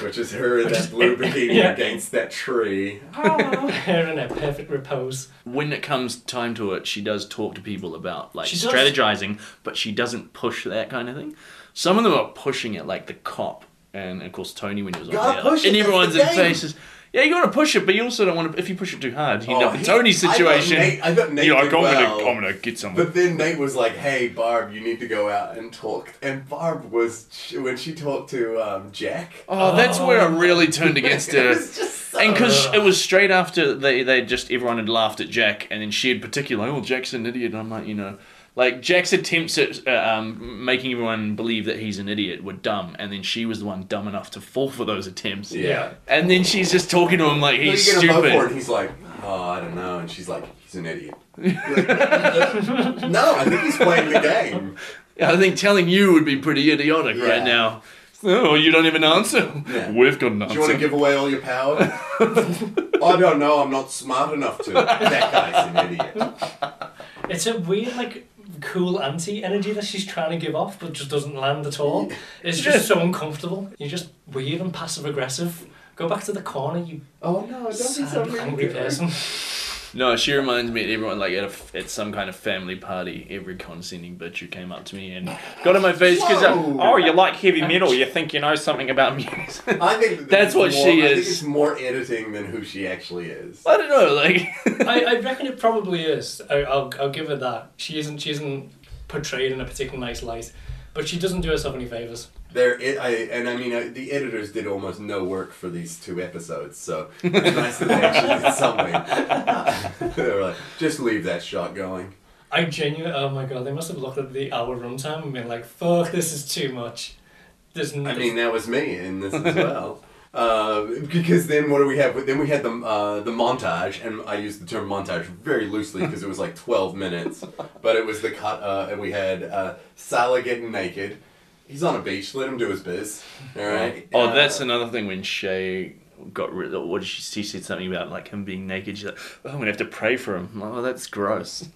S1: which is her in
S2: Which
S1: that
S2: is-
S1: blue bikini
S2: yeah.
S1: against that tree.
S2: Her in a perfect repose.
S3: When it comes time to it, she does talk to people about like
S2: She does.
S3: strategizing, but she doesn't push that kind of thing. Some of them are pushing it, like the cop, and of course Tony when he was on
S1: Gotta
S3: there,
S1: push it,
S3: and
S1: that's
S3: everyone's
S1: the
S3: in
S1: game.
S3: faces. Yeah, you gotta push it, but you also don't want to. If you push it too hard, you end
S1: Oh,
S3: up in
S1: he-
S3: Tony's
S1: I thought
S3: situation.
S1: Nate- I thought Nate
S3: You're like,
S1: did
S3: I'm
S1: well."
S3: gonna, I'm gonna get someone.
S1: But then Nate was like, "Hey Barb, you need to go out and talk." And Barb was she, when she talked to um, Jack.
S3: Oh, that's where I
S2: Oh.
S3: really turned against
S1: It
S3: her.
S1: was just so-
S3: And because it was straight after they, they just everyone had laughed at Jack, and then she in particular, oh Jack's an idiot. And I'm like, you know, like Jack's attempts at uh, um, making everyone believe that he's an idiot were dumb, and then she was the one dumb enough to fall for those attempts.
S1: Yeah.
S3: And then she's just talking to him like
S1: Who
S3: he's
S1: you gonna vote for? And
S3: stupid.
S1: he's like, "Oh, I don't know." And she's like, "He's an idiot." no, I think he's playing the game.
S3: I think telling you would be pretty idiotic
S1: Yeah.
S3: right now. It's Oh, you don't even answer.
S1: Yeah.
S3: We've got an answer.
S1: Do you want to give away all your power? I don't know. I'm not smart enough to. That guy's an idiot.
S2: It's a weird, like, cool anti energy that she's trying to give off, but just doesn't land at all. It's just so uncomfortable. You're just weird and passive aggressive. Go back to the corner, you
S1: Oh no! Don't
S2: sad, angry person.
S3: No, she reminds me of everyone like at, a, at some kind of family party. Every condescending bitch who came up to me and got in my face because
S1: Whoa.
S3: oh, you like heavy metal. You think you know something about music.
S1: I think that
S3: That's
S1: it's
S3: what
S1: more-
S3: she
S1: I think
S3: is.
S1: it's more editing than who she actually is.
S3: I don't know. Like,
S2: I, I reckon it probably is. I, I'll, I'll give her that. She isn't, she isn't portrayed in a particularly nice light, but she doesn't do herself any favours.
S1: There, it, I, and I mean, uh, the editors did almost no work for these two episodes, so it's nice that they actually did something. they were like, just leave that shot going.
S2: I genuinely, oh my god, they must have looked at the hour runtime and been like, fuck, this is too much. There's
S1: I
S2: nothing.
S1: mean, that was me in this as well. Uh, because then what do we have? Then we had the uh, the montage, and I used the term montage very loosely because it was like twelve minutes, but it was the cut. Uh, and we had uh, Salah getting naked. He's on a beach. Let him do his biz. All right.
S3: oh,
S1: Uh,
S3: that's another thing when Shay got rid. What did she? She said something about like him being naked. She's like, oh, I'm gonna have to pray for him. I'm like, Oh, that's gross.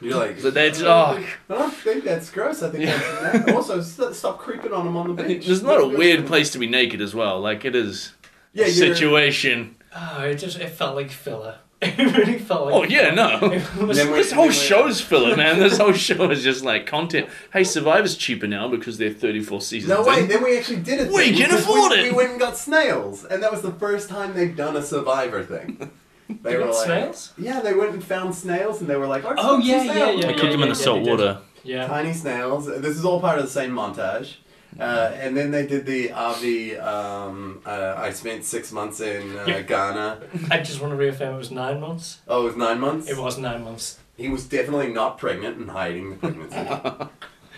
S1: You're like,
S3: So that's- oh.
S1: I don't think that's gross. I think that's that. also st- stop creeping on him on the beach.
S3: There's not a weird place to be naked as well. Like it is
S1: Yeah,
S3: a
S1: you're-
S3: situation.
S2: oh, it just, it felt like filler. It really felt like
S3: Oh yeah, no.
S2: It was-
S1: Then we-
S3: This whole
S1: then we-
S3: show's filler, man. This whole show is just like content. Hey, Survivor's cheaper now because they're 34 seasons.
S1: No way.
S3: in.
S1: Then we actually did it.
S3: We can afford
S1: we,
S3: it.
S1: We went and got snails, and that was the first time they'd done a Survivor thing. They
S2: got snails?
S1: Yeah, they went and found snails, and they were like, "Let's
S2: Oh,
S1: cook some
S2: yeah, yeah,
S1: snails."
S2: yeah,
S3: They
S2: yeah,
S3: cooked them in
S2: yeah,
S3: the salt
S2: they did.
S3: water.
S2: Yeah.
S1: Tiny snails. This is all part of the same montage. Uh, and then they did the Avi. Um, uh, I spent six months in uh,
S2: Yeah.
S1: Ghana.
S2: I just want to reaffirm it was nine months.
S1: Oh, it was nine months.
S2: It was nine months.
S1: He was definitely not pregnant and hiding the pregnancy.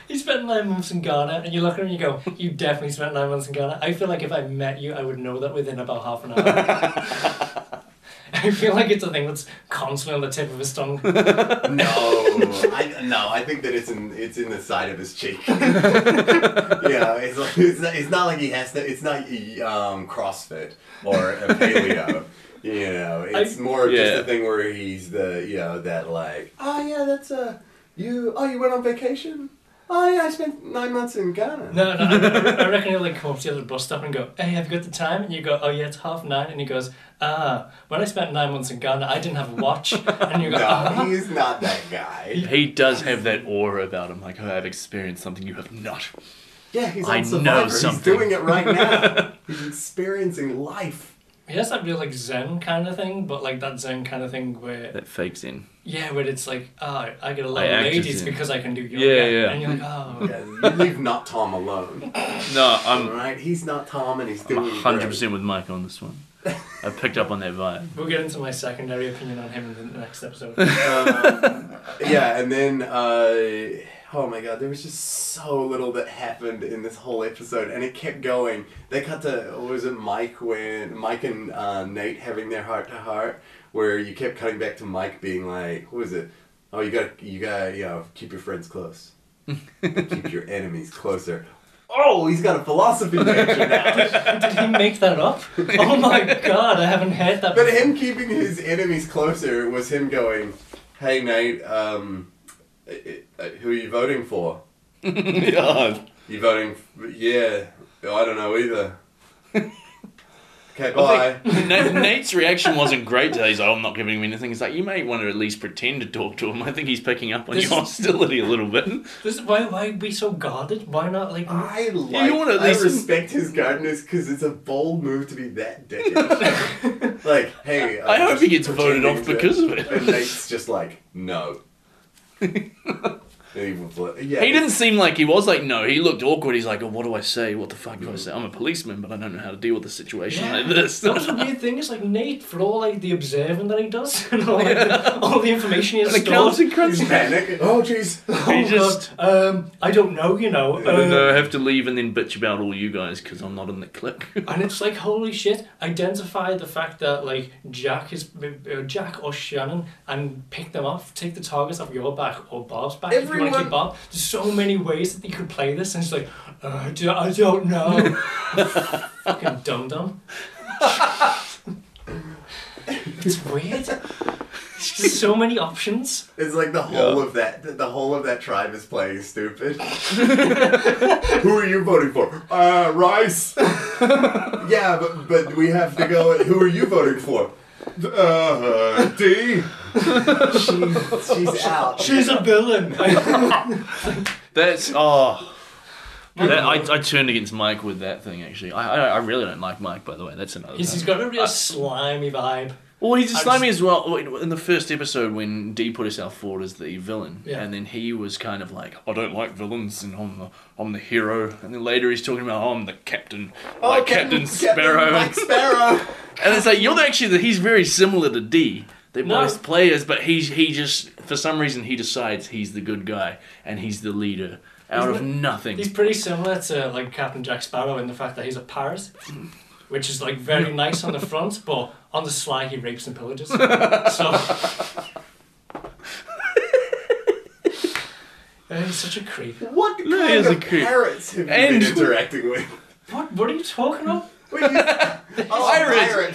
S2: You spent nine months in Ghana, and you look at him and you go, You definitely spent nine months in Ghana. I feel like if I met you, I would know that within about half an hour. I feel like it's a thing that's constantly on the tip of his tongue.
S1: No, I, no, I think that it's in it's in the side of his cheek. yeah, it's, like, it's, not, it's not like he has to. It's not um, CrossFit or a paleo. You know, it's
S2: I-
S1: more of just
S3: Yeah.
S1: a thing where he's the you know that like oh yeah that's a you oh you went on vacation oh yeah I spent nine months in Ghana.
S2: No, no, I, I reckon he'll like come up to you at the bus stop and go, "Hey, have you got the time?" And you go, "Oh yeah, it's half nine. And he goes, "Ah, when I spent nine months in Ghana, I didn't have a watch." And you go,
S1: No,
S2: "Ah,
S1: he's not that guy.
S3: He does have that aura about him, like, oh, I've experienced something you have not.
S1: Yeah, he's
S3: I
S1: on
S3: know
S1: Survivor. He's
S3: something.
S1: doing it right now. he's experiencing life.
S2: he has that real like Zen kind of thing, but like that Zen kind of thing where
S3: That fakes in.
S2: yeah, where it's like, "Ah, I get a lot
S3: I
S2: of
S3: acted
S2: ladies
S3: in-
S2: because I can do yoga."
S3: Yeah, yeah.
S2: And you're like, "Oh,
S1: Yeah, you leave not Tom alone.
S3: No, I'm
S1: Right, he's not Tom, and he's
S3: I'm
S1: doing
S3: 100% with Mike on this one. I picked up on that vibe.
S2: we'll get into my secondary opinion on him in the next episode."
S1: great. Um, yeah, and then uh, oh my god, there was just so little that happened in this whole episode, and it kept going. They cut to what was it Mike when Mike and uh, Nate having their heart to heart, where you kept cutting back to Mike being like, "What was it? Oh, you got to you got to you know keep your friends close, but keep your enemies closer." Oh, he's got a philosophy major now.
S2: Did he make that up? Oh my god, I haven't heard that.
S1: But
S2: before.
S1: him keeping his enemies closer was him going, "Hey Nate, um, uh, uh, who are you voting for?
S3: God.
S1: You voting? F- yeah, I don't know either. Okay,
S3: I
S1: bye."
S3: think Nate- Nate's reaction wasn't great today. He's like, I'm not giving him anything. He's like, you may want to at least pretend to talk to him. I think he's picking up on
S2: This
S3: your
S2: is-
S3: hostility a little bit.
S2: This is why why be so guarded? Why not like?
S1: I like.
S3: you wanna at
S1: I
S3: least-
S1: respect his guardedness because it's a bold move to be that dickish. like, hey. uh,
S3: I hope he gets
S1: just
S3: voted off
S1: pretending
S3: because of
S1: to-
S3: it.
S1: And Nate's just like, no. He was like- yeah,
S3: He didn't seem like he was like no. He looked awkward. He's like, oh, what do I say? What the fuck do I say? I'm a policeman, but I don't know how to deal with a situation
S2: Yeah.
S3: like this.
S2: That was the weird thing. It's like Nate, for all like the observing that he does and all, like, the, all the information he has
S3: An
S2: stored.
S3: accounting crunch.
S1: He's panic. Oh jeez.
S2: Oh,
S3: just-
S2: God, um, I don't know, you know.
S3: I don't
S2: um,
S3: know. I have to leave and then bitch about all you guys because I'm not in the clique.
S2: And it's like, holy shit, identify the fact that like Jack is uh, Jack or Shannon and pick them off, take the targets off your back or Bob's back. if you
S1: everyone-
S2: Michael Bob. There's so many ways that you could play this, and it's like, uh, I do- I don't know. Fucking dum dum. it's weird. There's so many options.
S1: It's like the whole
S3: Yeah.
S1: of that. The the whole of that tribe is playing stupid. Who are you voting for? Uh, Rice. yeah, but but we have to go. Who are you voting for? Uh, D. she's, she's out.
S2: She's a villain.
S3: That's oh. That, I, I turned against Mike with that thing actually. I, I I really don't like Mike by the way. That's another.
S2: he's,
S3: thing.
S2: he's got a real slimy vibe.
S3: Well, he's
S2: I
S3: slimy as well. In the first episode, when Dee put herself forward as the villain,
S2: Yeah.
S3: and then he was kind of like, "I don't like villains, and I'm the I'm the hero." And then later, he's talking about, "Oh, "I'm the captain,
S1: Oh,
S3: like Captain, Sparrow,"
S1: Mike Sparrow.
S3: and it's like you're the- actually the, he's very similar to Dee. They're
S2: No.
S3: both players, but he's he just for some reason he decides he's the good guy and he's the leader out
S2: Isn't
S3: of
S2: it-
S3: nothing.
S2: He's pretty similar to like Captain Jack Sparrow in the fact that he's a parrot, which is like very nice on the front, but on the sly he rapes and pillages. So. Uh, he's such a creep.
S1: What
S3: No,
S1: kind
S3: he's a
S1: of
S3: creep.
S1: parrots have you
S3: And-
S1: been interacting with?
S2: What? What are you talking about?
S1: Wait, you- oh,
S3: Pirates.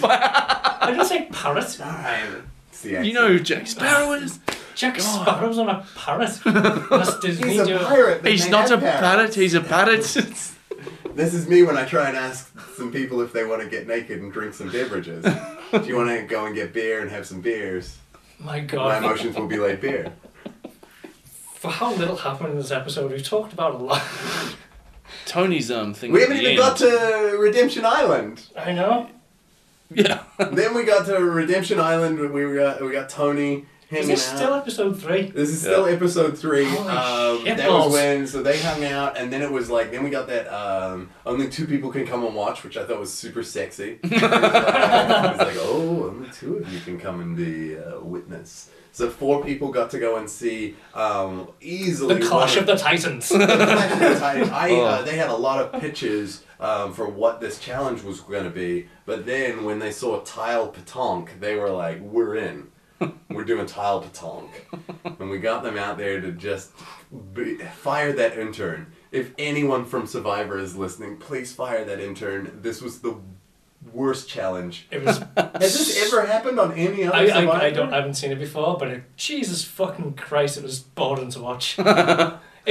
S1: pirate.
S2: I didn't say parrot.
S1: It's the
S3: You
S1: accent.
S3: know who Jack Sparrow is?
S2: Jack
S3: God.
S2: Sparrow's not a parrot. That's Disney
S1: He's a
S2: do it.
S1: pirate. but
S3: He's
S1: they
S3: not a
S1: have parrots.
S3: parrot. He's a parrot.
S1: This is me when I try and ask some people if they want to get naked and drink some beverages. Do you want to go and get beer and have some beers?
S2: My
S1: My
S2: God,
S1: emotions will be like beer.
S2: for how little happened in this episode, we've talked about a lot.
S3: Tony's um thing.
S1: We
S3: at
S1: haven't
S3: the
S1: even got
S3: end.
S1: to Redemption Island.
S2: I know.
S3: yeah.
S1: Then we got to Redemption Island. We got we got Tony
S2: Is
S1: hanging
S2: this
S1: out.
S2: still episode three?
S1: this is still episode three.
S2: Holy
S1: Um,
S2: shit,
S1: that was
S2: balls.
S1: when so they hung out, and then it was like then we got that um, only two people can come and watch, which I thought was super sexy. it, was like, it was like, oh, only two of you can come and be uh, witness. So four people got to go and see um, easily
S2: The Clash
S1: one
S2: of the Titans.
S1: I, uh,
S3: Oh.
S1: they had a lot of pitches um, for what this challenge was going to be, but then when they saw tile petanque, they were like, "We're in. We're doing tile petanque," and we got them out there to just be, fire that intern. If anyone from Survivor is listening, please fire that intern. This was the worst challenge.
S2: It was.
S1: Has this ever happened on any other
S2: I,
S1: Survivor?
S2: I, I don't I haven't seen it before, but it, Jesus fucking Christ, it was boring to watch.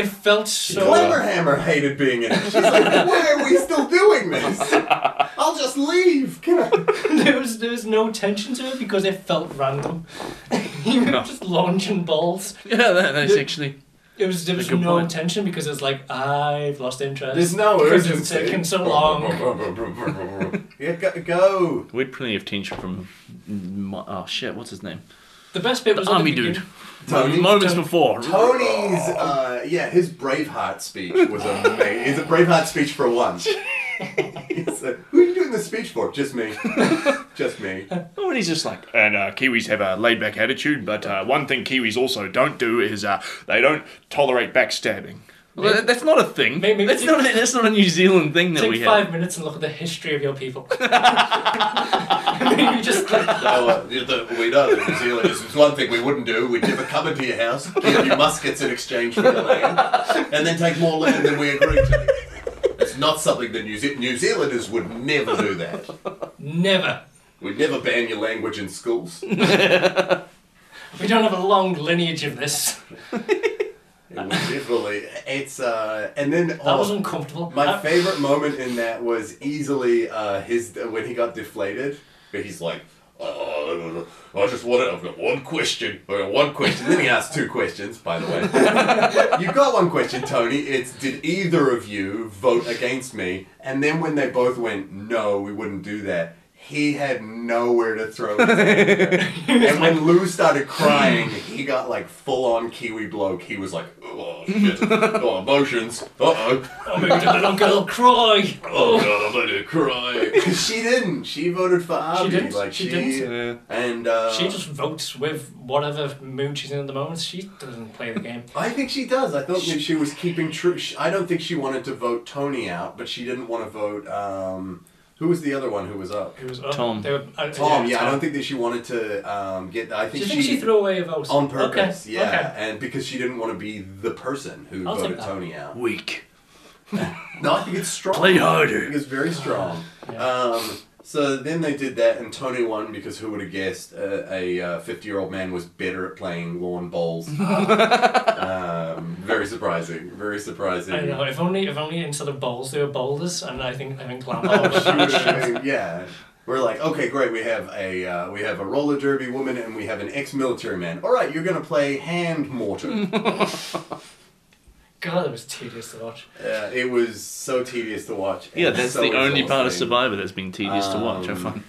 S2: it felt so.
S1: Glamourhammer hated being in it. She's like, why are we still doing this? I'll just leave. Can I?
S2: there was there was no tension to it because it felt random. you were just launching balls.
S3: Yeah, that, that's actually.
S2: It was there was
S3: good
S2: no
S3: point.
S2: tension because it's like I've lost interest.
S1: There's no
S2: because
S1: urgency.
S2: It's taken so long.
S1: yeah, go, go.
S3: We had plenty of tension from. mm, Oh shit! What's his name?
S2: The best bit
S3: The
S2: was at
S3: army
S2: the
S3: dude.
S2: beginning.
S1: Tony-
S3: Moments
S2: Tony-
S3: before.
S1: Tony's, uh, yeah, his Braveheart speech was amazing. It's a Braveheart speech for one. He's like, Who are you doing this speech for? Just me. Just me.
S3: Oh, and he's just like, and uh, Kiwis have a laid-back attitude, but uh, one thing Kiwis also don't do is uh, they don't tolerate backstabbing. Well, that- that's not a thing.
S2: Maybe-
S3: that's not. A, that's not a New Zealand thing that we
S2: Take
S3: have.
S2: five minutes and look at the history of your people. you just like,
S1: No, uh, you- the- we know that New Zealanders, it's one thing we wouldn't do. We'd never come into your house, give you muskets in exchange for your land, and then take more land than we agreed to. It's not something the New, Ze- New Zealanders would never do that.
S2: never.
S1: We'd never ban your language in schools.
S2: We don't have a long lineage of this.
S1: It was definitely it's uh and then
S2: That
S1: oh,
S2: was uncomfortable.
S1: my
S2: I-
S1: favorite moment in that was easily uh his when he got deflated but he's like oh, I just want to I've got one question I got one question then he asked two questions by the way you got one question Tony it's did either of you vote against me and then when they both went no we wouldn't do that he had nowhere to throw his anger. and when Lou started crying, he got like full on Kiwi bloke. He was like, oh shit, oh emotions, uh oh,
S2: Oh, maybe the little girl cry.
S1: oh god, I'm gonna cry. she didn't. She voted for Abby.
S2: didn't.
S1: Like she,
S2: She didn't.
S3: Yeah.
S1: And uh,
S2: She just votes with whatever mood she's in at the moment. She doesn't play the game.
S1: I think she does. I thought that she was keeping true. She, I don't think she wanted to vote Tony out, but she didn't want to vote um, Who was the other one who was up?
S2: It was up.
S3: Tom.
S2: They were, I,
S1: Tom. Yeah, I don't think that she wanted to um, get. I
S2: Do
S1: think
S2: you
S1: she,
S2: think she threw away a vote?
S1: on purpose.
S2: Okay.
S1: Yeah,
S2: Okay.
S1: and because she didn't want to be the person who
S2: I'll take
S1: voted
S2: that.
S1: Tony out.
S3: Weak.
S1: No, I think it's strong.
S3: Play
S1: I
S3: harder.
S1: think it's very strong.
S2: Yeah.
S1: Um, so then they did that, and Tony won because who would have guessed a, a uh, 50 year old man was better at playing lawn bowls? um, very surprising. Very surprising.
S2: I don't know. If only, if only instead of bowls, they were boulders, and I think I think
S1: She
S2: Lampard.
S1: would've- I mean, yeah. We're like, okay, great. We have a uh, we have a roller derby woman and we have an ex-military man. All right, you're gonna play hand mortar.
S2: God, it was tedious to watch.
S1: uh, it was so tedious to watch. and
S3: Yeah, that's
S1: so
S3: the only part of
S1: exhausting.
S3: Survivor that's been tedious to watch. I
S1: Um,
S3: find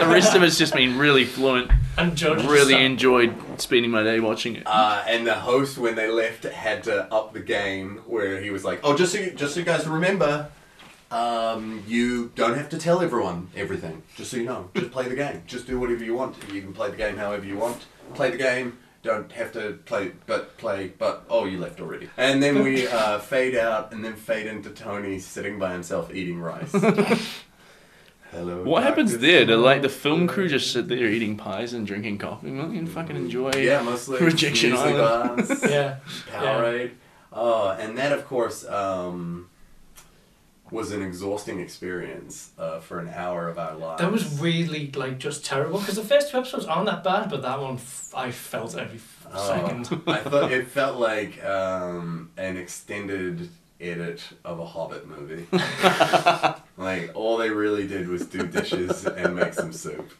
S3: the rest of it's just been really fluent.
S2: And George just
S3: Really
S2: sat-
S3: enjoyed spending my day watching it.
S1: Uh, and the host, when they left, had to up the game where he was like, "Oh, just so you, just so you guys remember, um, you don't have to tell everyone everything. Just so you know, just play the game. Just do whatever you want. You can play the game however you want. Play the game. Don't have to play, but play, but oh, you left already. And then we uh, fade out, and then fade into Tony sitting by himself eating rice. Hello.
S3: What happens
S1: darkness.
S3: there? Do, like the film crew just sit there eating pies and drinking coffee milk and
S2: Mm,
S3: fucking enjoy.
S1: Yeah, mostly
S3: Rejection
S1: muesli
S3: Island.
S1: bars.
S2: Yeah.
S1: Powerade. Oh, and that, of course, um, was an exhausting experience uh, for an hour of our lives.
S2: That was really like just terrible because the first two episodes aren't that bad, but that one f- I felt every f-
S1: Oh,
S2: second.
S1: I thought it felt like um, an extended edit of a Hobbit movie. like all they really did was do dishes and make some soup.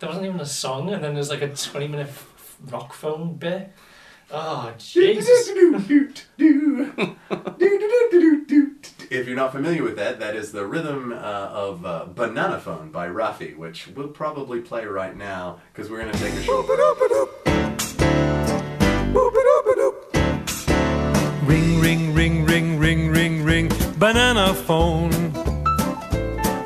S2: There wasn't even a song, and then there's like a twenty minute f- rock phone bit. Oh Jesus!
S1: If you're not familiar with that, that is the rhythm uh, of uh, Banana Phone by Rafi, which we'll probably play right now because we're going to take a short break.
S4: Ring, ring, ring, ring, ring, ring, ring, banana phone.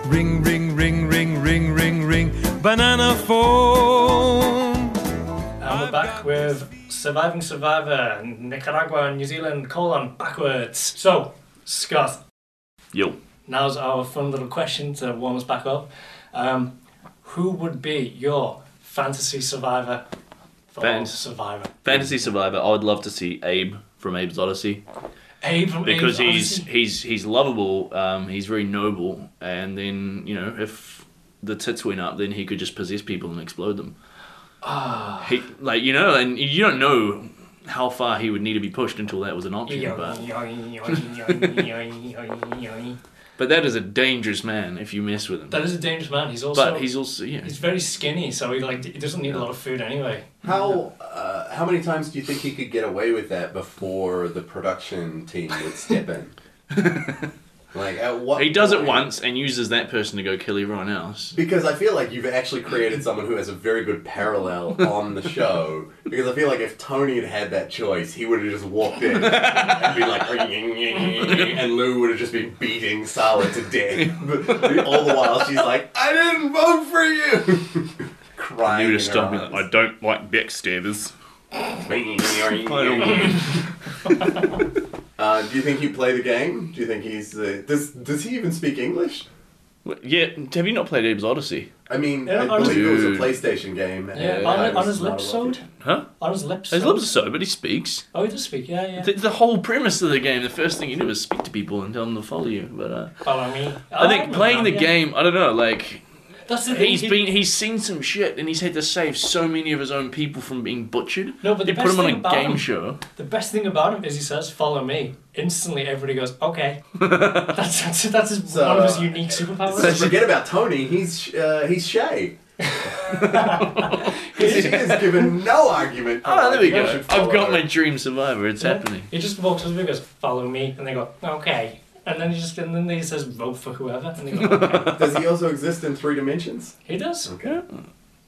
S4: Ring, ring, ring, ring, ring, ring, ring, banana phone.
S2: And we're back with Surviving Survivor, Nicaragua and New Zealand colon backwards. So Scott,
S3: Yo.
S2: now's our fun little question to warm us back up. Um, who would be your fantasy survivor? For
S3: Fan-
S2: survivor.
S3: Fantasy Survivor. I would love to see Abe from Abe's Odyssey
S2: Abe from
S3: because
S2: Abe's
S3: he's
S2: Odyssey.
S3: he's he's lovable. Um, he's very noble, and then you know if the tits went up, then he could just possess people and explode them. Ah. He like you know, and you don't know how far he would need to be pushed until that was an option. But
S2: that
S3: but that is a dangerous man if you mess with him.
S2: is a dangerous man. He's also
S3: but he's also yeah.
S2: he's very skinny, so he like he doesn't need a lot of food anyway.
S1: How uh, how many times do you think he could get away with that before the production team would step in? like at what
S3: he does it
S1: point-
S3: once and uses that person to go kill everyone else.
S1: Because I feel like you've actually created someone who has a very good parallel on the show. Because I feel like if Tony had had that choice, he would have just walked in and be like, and Lou would have just been beating Sala to death. But all the while she's like, I didn't vote for you! Crying.
S3: You would have
S1: in her
S3: stopped me.
S1: eyes.
S3: Like, I don't like backstabbers.
S1: uh, do you think he play the game? Do you think he's the? Does Does he even speak English?
S3: Yeah, have you not played Abe's Odyssey?
S1: I mean,
S2: Yeah,
S1: I
S2: on his-
S1: believe it was
S3: Dude.
S1: a PlayStation game.
S2: Yeah,
S1: and I
S2: on, on
S1: was
S2: his
S1: not
S2: lips
S1: aware of
S2: sewed.
S1: it.
S3: Huh?
S2: On his lips.
S3: His
S2: sewed.
S3: lips are so, but he speaks.
S2: Oh, he does speak. Yeah, yeah.
S3: The, the whole premise of the game, the first thing you do is speak to people and tell them to follow you. But uh,
S2: Follow me.
S3: I think playing the
S2: Oh, yeah.
S3: game, I don't know, like
S2: That's the thing.
S3: he's
S2: he-
S3: been, he's seen some shit and he's had to save so many of his own people from being butchered.
S2: No, but
S3: they
S2: the
S3: put
S2: best
S3: him on
S2: thing
S3: a
S2: about
S3: game
S2: him-
S3: show.
S2: The best thing about him is he says, "Follow me." Instantly, everybody goes, "Okay." that's that's, that's his,
S1: So,
S2: one of his
S1: uh,
S2: unique
S1: So
S2: superpowers.
S1: forget about Tony. He's uh, he's Shay. 'Cause she has given no argument. for
S3: Oh, there
S1: why
S3: we
S1: people
S3: go.
S1: should
S3: I've
S1: follow
S3: got
S1: her.
S3: my dream survivor. It's
S2: Yeah.
S3: happening.
S2: He just walks up to me and goes, "Follow me," and they go, "Okay." And then he just and then he says, "Vote for whoever," and they go, "Okay."
S1: Does he also exist in three dimensions?
S2: he does.
S1: Okay.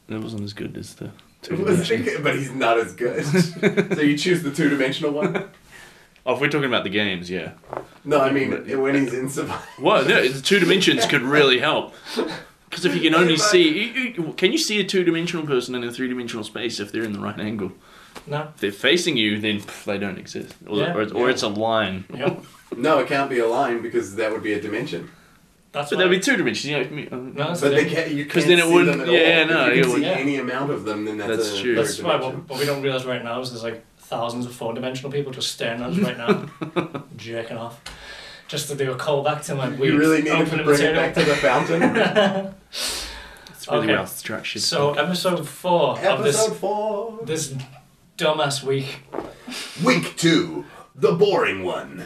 S3: That wasn't as good as the. Two
S1: but he's not as good. so you choose the two-dimensional one.
S3: Oh, if we're talking about the games, yeah.
S1: No, I mean when he's in survival.
S3: Well, no, the two dimensions could really help. Because if you can only
S1: Anyway.
S3: see, you, you, can you see a two-dimensional person in a three-dimensional space if they're in the right angle?
S2: No.
S3: If they're facing you, then pff, they don't exist, or,
S2: Yeah.
S3: or, it's, or it's a line.
S2: Yep.
S1: No, it can't be a line because that would be a dimension.
S2: That's
S3: But
S2: why.
S3: there'd be two dimensions. You know, me- um,
S2: no, that's
S1: But
S2: the
S1: they
S2: thing.
S1: can't, you
S3: 'Cause
S1: can't
S3: then it
S1: see
S3: wouldn't-
S1: them at
S3: yeah,
S1: all.
S3: no,
S1: if you can
S3: it
S1: see
S2: would-
S1: any amount of them, then that's,
S3: That's
S1: a
S3: true.
S1: third
S2: That's why
S1: dimension.
S2: what, what we don't realize right now is there's like thousands of four-dimensional people just staring at us right now, jerking off, just to do a callback to my weird
S1: You really need
S2: opening
S1: to bring it
S2: material.
S1: back to the fountain.
S3: it's really
S2: Okay.
S3: well structured.
S2: So episode four of this
S1: Episode four,
S2: this dumbass week,
S1: week two, the boring one.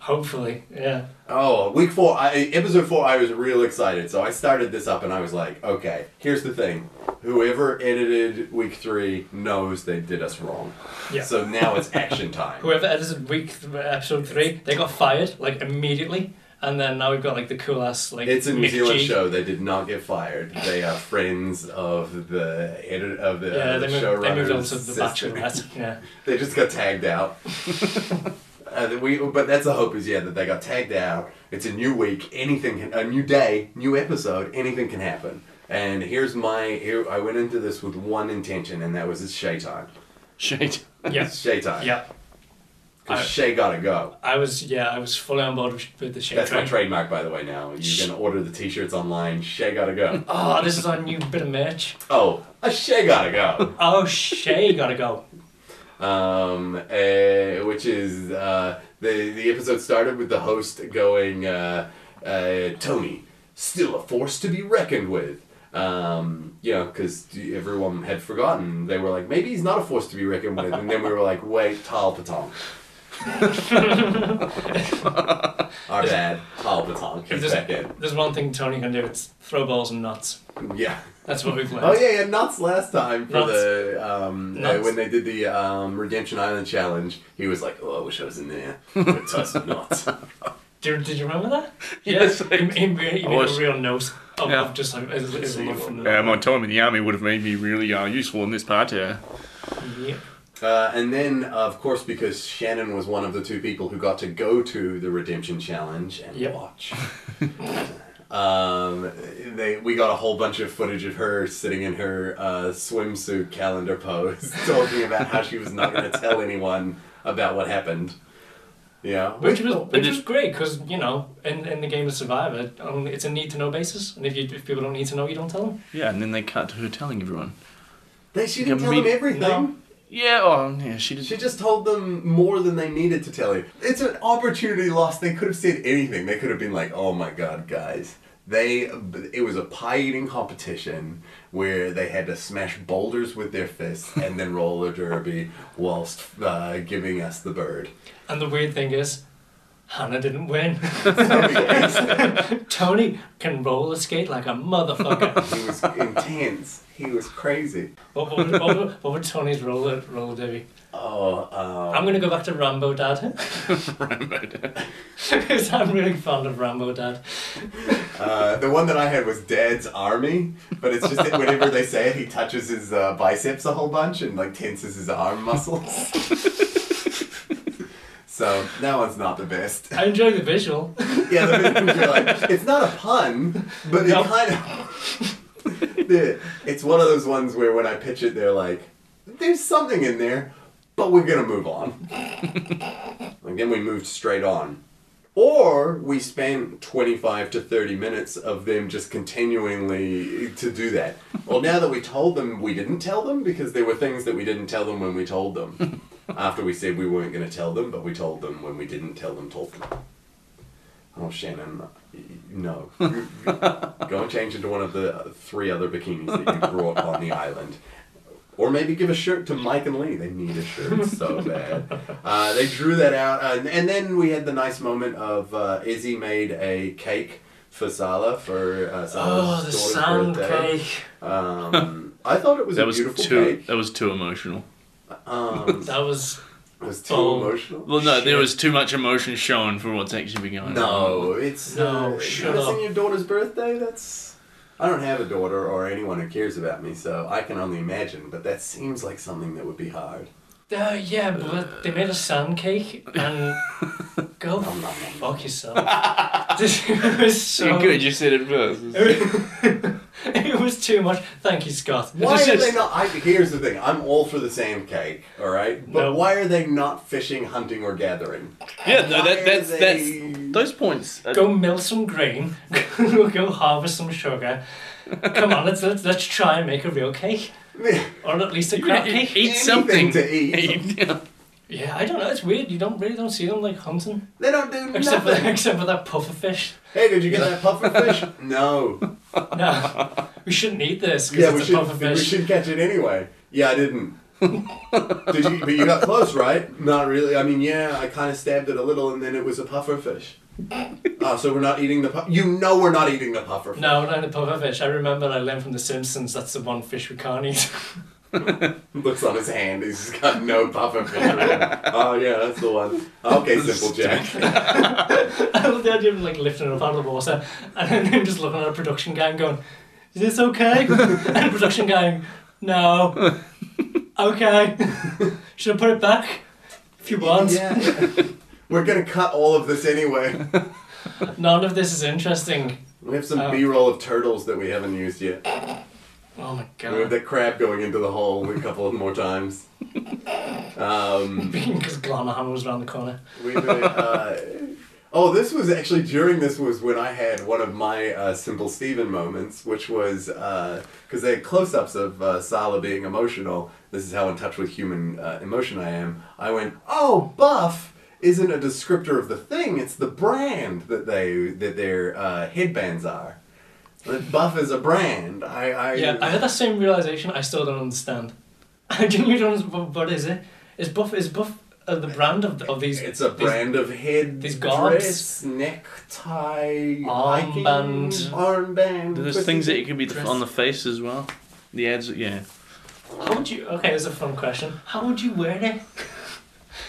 S2: hopefully, yeah.
S1: Oh, week four, I, episode four, I was real excited. So I started this up and I was like, okay, here's the thing. Whoever edited week three knows they did us wrong.
S2: Yeah.
S1: So now it's action time.
S2: Whoever edited week th- episode three, they got fired like immediately, and then now we've got like the cool ass like
S1: It's a New
S2: Mick
S1: Zealand
S2: G.
S1: show. They did not get fired. They are friends of the edit of the,
S2: Yeah,
S1: of Uh, the
S2: they moved, they
S1: showrunner's
S2: moved on to the
S1: sister.
S2: Bachelorette. Yeah,
S1: They just got tagged out. uh, we, but that's the hope is yeah that they got tagged out. It's a new week. Anything, can, a new day, new episode. Anything can happen. And here's my. Here, I went into this with one intention, and that was it's Shay time.
S3: Shade.
S2: yeah,
S1: It's Shay time.
S2: yeah.
S1: Because Shay gotta go.
S2: I was yeah, I was fully on board with, with the shit.
S1: That's my trademark, by the way. Now you can order the T-shirts online. Shay gotta go.
S2: Oh, this is our new bit of merch.
S1: Oh, a Shay gotta go.
S2: Oh, Shay gotta go.
S1: um, uh, which is uh, the the episode started with the host going, uh, uh, "Tony, still a force to be reckoned with." Um, you know, because everyone had forgotten. They were like, "Maybe he's not a force to be reckoned with," and then we were like, "Wait, Tal Patong." Our bad, Tal Patong.
S2: If
S1: He's
S2: there's,
S1: back in.
S2: there's one thing Tony can do, it's throw balls and nuts.
S1: Yeah.
S2: That's what we've learned.
S1: Oh yeah, yeah, nuts last time for
S2: Nuts.
S1: the um, uh,
S2: Nuts.
S1: when they did the um, Redemption Island challenge. He was like, "Oh, I wish I was in there." Touch nuts.
S2: Do, did you remember that?
S3: Yes,
S2: Yeah, he, he, made- he
S5: I
S2: made
S5: was-
S2: a real note of,
S5: Yeah.
S2: of just like his, his love for
S5: Uh, my time in the army would have made me really uh, useful in this part here.
S2: Yeah.
S1: Uh, and then, of course, because Shannon was one of the two people who got to go to the Redemption Challenge and
S2: Yep.
S1: watch. um, they we got a whole bunch of footage of her sitting in her uh, swimsuit calendar pose, talking about how she was not going to tell anyone about what happened. Yeah,
S2: Which was which
S3: just-
S2: was great because you know in, in the game of Survivor, um, it's a need to know basis, and if you if people don't need to know, you don't tell them.
S3: Yeah, and then they cut to her telling everyone.
S1: they she didn't
S3: Yeah,
S1: tell
S3: me-
S1: him everything.
S2: No.
S3: Yeah, oh, yeah, she did.
S1: She just told them more than they needed to tell you. It's an opportunity lost. They could have said anything. They could have been like, "Oh my god, guys." They it was a pie eating competition where they had to smash boulders with their fists and then roller derby whilst uh, giving us the bird.
S2: And the weird thing is, Hannah didn't win. Tony can roller skate like a motherfucker.
S1: He was intense. He was crazy.
S2: what, what, would- what, would- what would Tony's roller roller derby?
S1: Oh, um,
S2: I'm gonna go back to Rambo Dad because I'm really fond of Rambo Dad.
S1: Uh, the one that I had was Dad's Army, but it's just that whenever they say it, he touches his uh, biceps a whole bunch and like tenses his arm muscles. so that one's not the best.
S2: I enjoy the visual.
S1: Yeah, the visuals are like, it's not a pun, but
S2: No.
S1: it kind of. The- it's one of those ones where when I pitch it, they're like, "There's something in there, but we're gonna move on." and then we moved straight on, or we spent twenty-five to thirty minutes of them just continually to do that. Well, now that we told them, we didn't tell them because there were things that we didn't tell them when we told them. After we said we weren't going to tell them, but we told them when we didn't tell them, told them. Oh, Shannon, no. Go and change into one of the three other bikinis that you brought on the island. Or maybe give a shirt to Mike and Lee. They need a shirt so bad. Uh, they drew that out. And, and then we had the nice moment of uh, Izzy made a cake for Sala for uh, Sala's
S2: Oh, the
S1: daughter's
S2: sand
S1: birthday.
S2: cake.
S1: Um, I thought it was
S5: That
S1: a
S5: was
S1: beautiful
S5: too.
S1: cake.
S5: That was too emotional.
S1: Um,
S2: That was
S1: it was too
S2: Oh.
S1: emotional.
S5: Well, no, there
S2: Shit.
S5: was too much emotion shown for what's actually been going on.
S1: No, it's
S2: No,
S1: Uh,
S2: shut
S1: missing
S2: up.
S1: your daughter's birthday. That's. I don't have a daughter or anyone who cares about me, so I can only imagine. But that seems like something that would be hard.
S2: Uh, yeah, but they made a sand cake and go
S1: Nom, nom, nom.
S2: fuck yourself. This was so
S3: You're good, you said it first.
S2: It was, was too much. Thank you, Scott.
S1: Why
S3: It's
S1: are
S3: just-
S1: they not? I, here's the thing. I'm all for the sand cake, all right. But
S2: No.
S1: why are they not fishing, hunting, or gathering?
S3: Yeah, no,
S1: Why
S3: that,
S1: are
S3: that's that's
S1: they-
S3: those points. are-
S2: Go mill some grain. go harvest some sugar. Come on, let's, let's let's try and make a real cake,
S1: I mean,
S2: or at least a
S3: Yeah,
S2: crab
S3: eat,
S2: cake.
S3: eat
S1: Anything
S3: something
S1: to eat.
S3: Yeah.
S2: Yeah, I don't know. It's weird. You don't really don't see them like hunting,
S1: they don't do
S2: except for
S1: nothing.
S2: except for that puffer fish.
S1: Hey, did you get that pufferfish? no.
S2: No, we shouldn't eat this because
S1: Yeah, we
S2: it's a
S1: should,
S2: puffer
S1: we
S2: fish.
S1: should catch it anyway. Yeah, I didn't. Did you? But you got close, right? Not really. I mean, yeah, I kind of stabbed it a little, and then it was a pufferfish. Oh, so we're not eating the puff. You know, we're not eating the pufferfish.
S2: No, not a puffer fish. I remember I learned from The Simpsons that's the one fish we can't eat.
S1: Looks on his hand. He's got no pufferfish. oh yeah, that's the one. Okay, simple Jack.
S2: I love the idea of like lifting it up out of the water and then him just looking at a production guy and going, Is this okay? and the production guy, going, No. okay. Should I put it back? If you want.
S1: Yeah. We're gonna cut all of this anyway.
S2: None of this is interesting.
S1: We have some
S2: Oh.
S1: B-roll of turtles that we haven't used yet.
S2: Oh my
S1: We have
S2: god.
S1: that crab going into the hole a couple of more times. Um,
S2: Because Glanahan was around the corner.
S1: Wait, wait, wait, uh, oh, this was actually during this was when I had one of my uh, Simple Steven moments, which was because they had close ups of uh, Sala being emotional. This is how in touch with human uh, emotion I am. I went, oh, buff isn't a descriptor of the thing; it's the brand that they that their uh, headbands are. That buff is a brand. I, I
S2: Yeah, I had that same realization I still don't understand. I genuinely don't understand. What is it? Is Buff, is Buff uh, the brand of, of these?
S1: It's a
S2: these-
S1: brand of head
S2: these garbs.
S1: dress, necktie,
S2: Armband.
S1: hiking, armband.
S3: There's
S1: twisty-
S3: things that you can be
S2: Dress.
S3: on the face as well. The ads, yeah.
S2: How would you. Okay, it's a fun question. How would you wear it?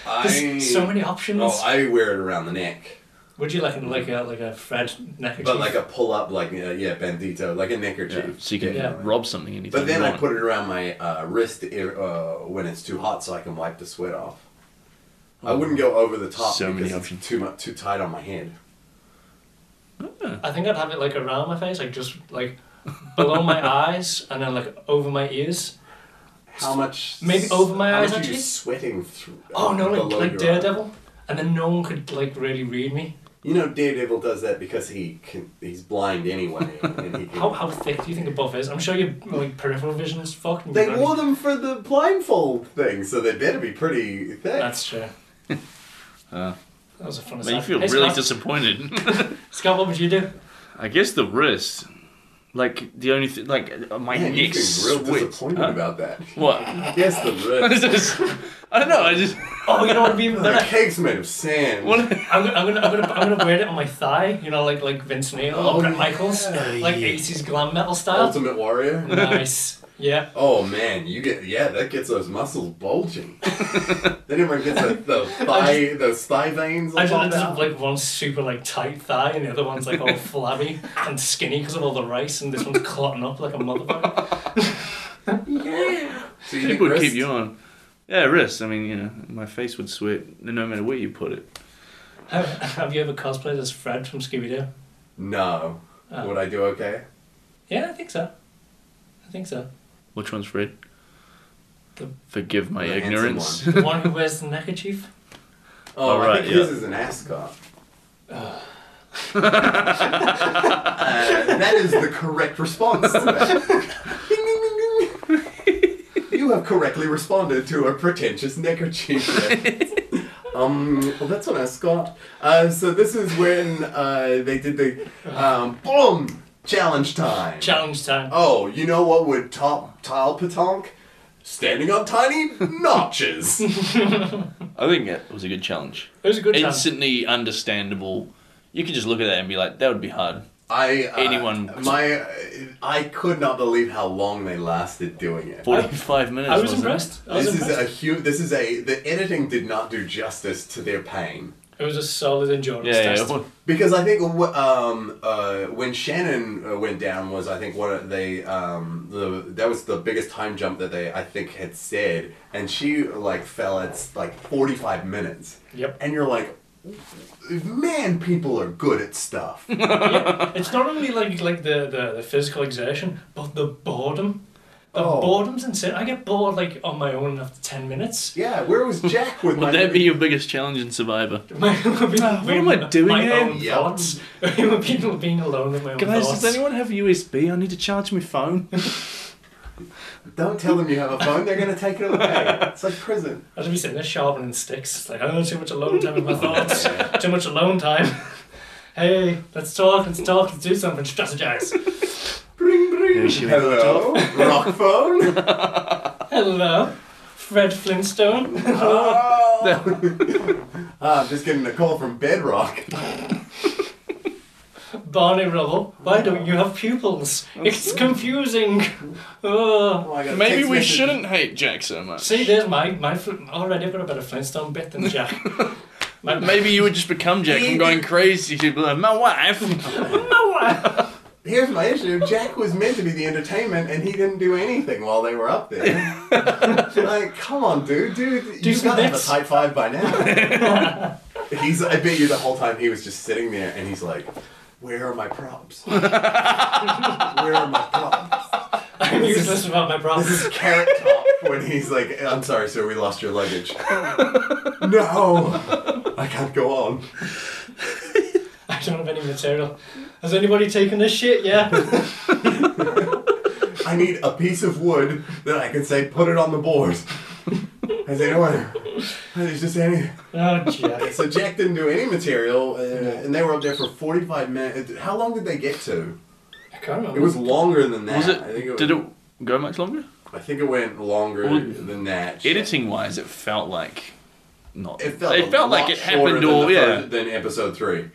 S1: I,
S2: There's so many options.
S1: Oh, I wear it around the neck,
S2: Would you like like a like a Fred neckerchief?
S1: but like a pull up, like uh, yeah, bandito, like a neckerchief.
S3: Yeah, So you can
S2: Yeah.
S3: rob something anytime.
S1: But then
S3: you
S1: I
S3: want.
S1: put it around my uh, wrist uh, when it's too hot, so I can wipe the sweat off. I wouldn't
S2: Hmm.
S1: go over the top
S3: So many
S1: because it's
S3: options.
S1: too much, too tight on my head.
S2: I think I'd have it like around my face, like just like below my eyes and then like over my ears.
S1: How much?
S2: Maybe over my
S1: how
S2: eyes,
S1: Much are
S2: actually?
S1: you sweating through? uh,
S2: Oh no, like
S1: below
S2: like
S1: your eye?
S2: Daredevil. And then no one could like really read me.
S1: You know, Daredevil does that because he can, he's blind anyway, and he can.
S2: How, how thick do you think a buff is? I'm sure your like peripheral vision is fucked. and
S1: They
S2: you're-
S1: wore them for the blindfold thing, so they better be pretty thick.
S2: That's true.
S3: Uh.
S2: that was a fun
S3: Man,
S2: aside.
S3: you feel
S2: Hey,
S3: really
S2: Scott,
S3: disappointed.
S2: Scott, what would you do?
S5: I guess the wrist.
S3: like the only thing, like uh, my
S1: Man, you
S3: neck
S1: seem real
S3: sweats.
S1: disappointed about that.
S3: What?
S1: Yes, the
S3: I
S1: wrist.
S3: don't know. I just
S2: Oh, you know what would be even
S1: the
S2: better?
S1: cake's made of sand.
S3: what?
S2: I'm, gonna- I'm gonna I'm gonna I'm gonna wear it on my thigh. You know, like like Vince Neil
S1: Oh,
S2: or Bret Michaels,
S1: yeah.
S2: like 80s glam metal style.
S1: Ultimate Warrior.
S2: Nice. Yeah.
S1: Oh man, you get yeah, that gets those muscles bulging. then everyone gets the, the thigh, those thigh veins.
S2: I
S1: all
S2: just, I
S1: popped
S2: just
S1: out.
S2: have like one super like tight thigh and the other one's like all flabby and skinny because of all the rice and this one's clotting up like a motherfucker.
S1: So you
S3: It
S1: think
S3: would
S1: wrist?
S3: keep you on. Yeah, wrist. I mean, you know, my face would sweat no matter where you put it.
S2: have, have you ever cosplayed as Fred from Scooby Doo?
S1: No.
S2: Oh.
S1: Would I do okay?
S2: Yeah, I think so. I think so.
S3: Which one's Fred?
S2: The-
S3: Forgive my
S1: The handsome
S3: ignorance.
S2: The one who wears the neckerchief.
S1: Oh,
S3: All
S1: I
S3: right,
S1: think
S3: yeah.
S1: his is an ascot. Uh, that is the correct response to that. Ding, ding, ding, ding. you have correctly responded to a pretentious neckerchief. reference. um, well, that's an ascot. Uh, so this is when uh, they did the um, boom challenge time.
S2: Challenge time.
S1: Oh, you know what would top tile petanque? Standing on tiny notches.
S3: I think that was a good challenge.
S2: It was a good challenge.
S3: Instantly understandable. You could just look at that and be like, that would be hard.
S1: I uh,
S3: Anyone-
S1: My uh, I could not believe how long they lasted doing it.
S3: Forty-five minutes.
S2: I was
S3: wasn't it?
S2: impressed. I was
S1: This is
S2: impressed.
S1: a hu- This is a the editing did not do justice to their pain
S2: it was a solid endurance
S3: Yeah, yeah.
S2: test.
S3: it wa-
S1: because I think w- um, uh, when Shannon uh, went down was I think one of they um, the that was the biggest time jump that they I think had said and she like fell at like forty five minutes
S2: Yep.
S1: and you're like man, people are good at stuff.
S2: Yeah, it's not only like like the, the, the physical exertion, but the boredom. The
S1: Oh.
S2: boredom's insane. I get bored like on my own after ten minutes.
S1: yeah, where was Jack with my?
S3: Would that be your biggest challenge in Survivor?
S2: what
S3: Ah, am I doing
S2: My
S3: here?
S2: own
S1: Yep.
S2: thoughts. People being alone with my own
S3: Guys,
S2: thoughts.
S3: does anyone have USB? I need to charge my phone.
S1: Don't tell them you have a phone. They're gonna take it away. It's like prison.
S2: I should be sitting there sharpening sticks. It's like, oh, too much alone time with my thoughts. too much alone time. hey, let's talk, let's talk, let's do something, strategize.
S1: Bring, bring. Hello, rock phone.
S2: Hello, Fred Flintstone.
S1: Oh. Ah, I'm just getting a call from Bedrock.
S2: Barney Rubble, why don't you have pupils? It's confusing. Oh.
S1: Oh, I got a
S5: Maybe
S1: text
S5: we
S1: message.
S5: shouldn't hate Jack so much.
S2: See, there's my, my Flint- already I've got a better Flintstone bit than Jack. My,
S5: Maybe you would just become Jack from going crazy. You'd be like, my wife.
S1: Here's my issue. Jack was meant to be the entertainment, and he didn't do anything while they were up there. like, come on, dude, dude,
S2: Do
S1: you
S2: some
S1: gotta have a
S2: bits.
S1: high five by now. he's. I bet you the whole time he was just sitting there, and he's like, "Where are my props? Where are my props?"
S2: I'm useless about my
S1: This
S2: problems.
S1: is carrot top when he's like, "I'm sorry, sir, we lost your luggage." no, I can't go on.
S2: I don't have any material. Has anybody taken this shit? Oh, Yeah.
S1: I need a piece of wood that I can say, put it on the board. Has anyone? There's just any.
S2: Oh, Jack.
S1: So Jack didn't do any material, uh, and they were up there for 45 minutes. How long did they get to?
S2: I can't remember.
S1: It was longer than that.
S5: Was it,
S1: I think it,
S5: Did
S1: was-
S5: it go much longer?
S1: I think it went longer
S5: Well,
S1: than that.
S5: Editing wise, it felt like not.
S1: It felt, a lot
S5: like it
S1: shorter
S5: happened
S1: than
S5: all
S1: the
S5: yeah.
S1: first- than episode three.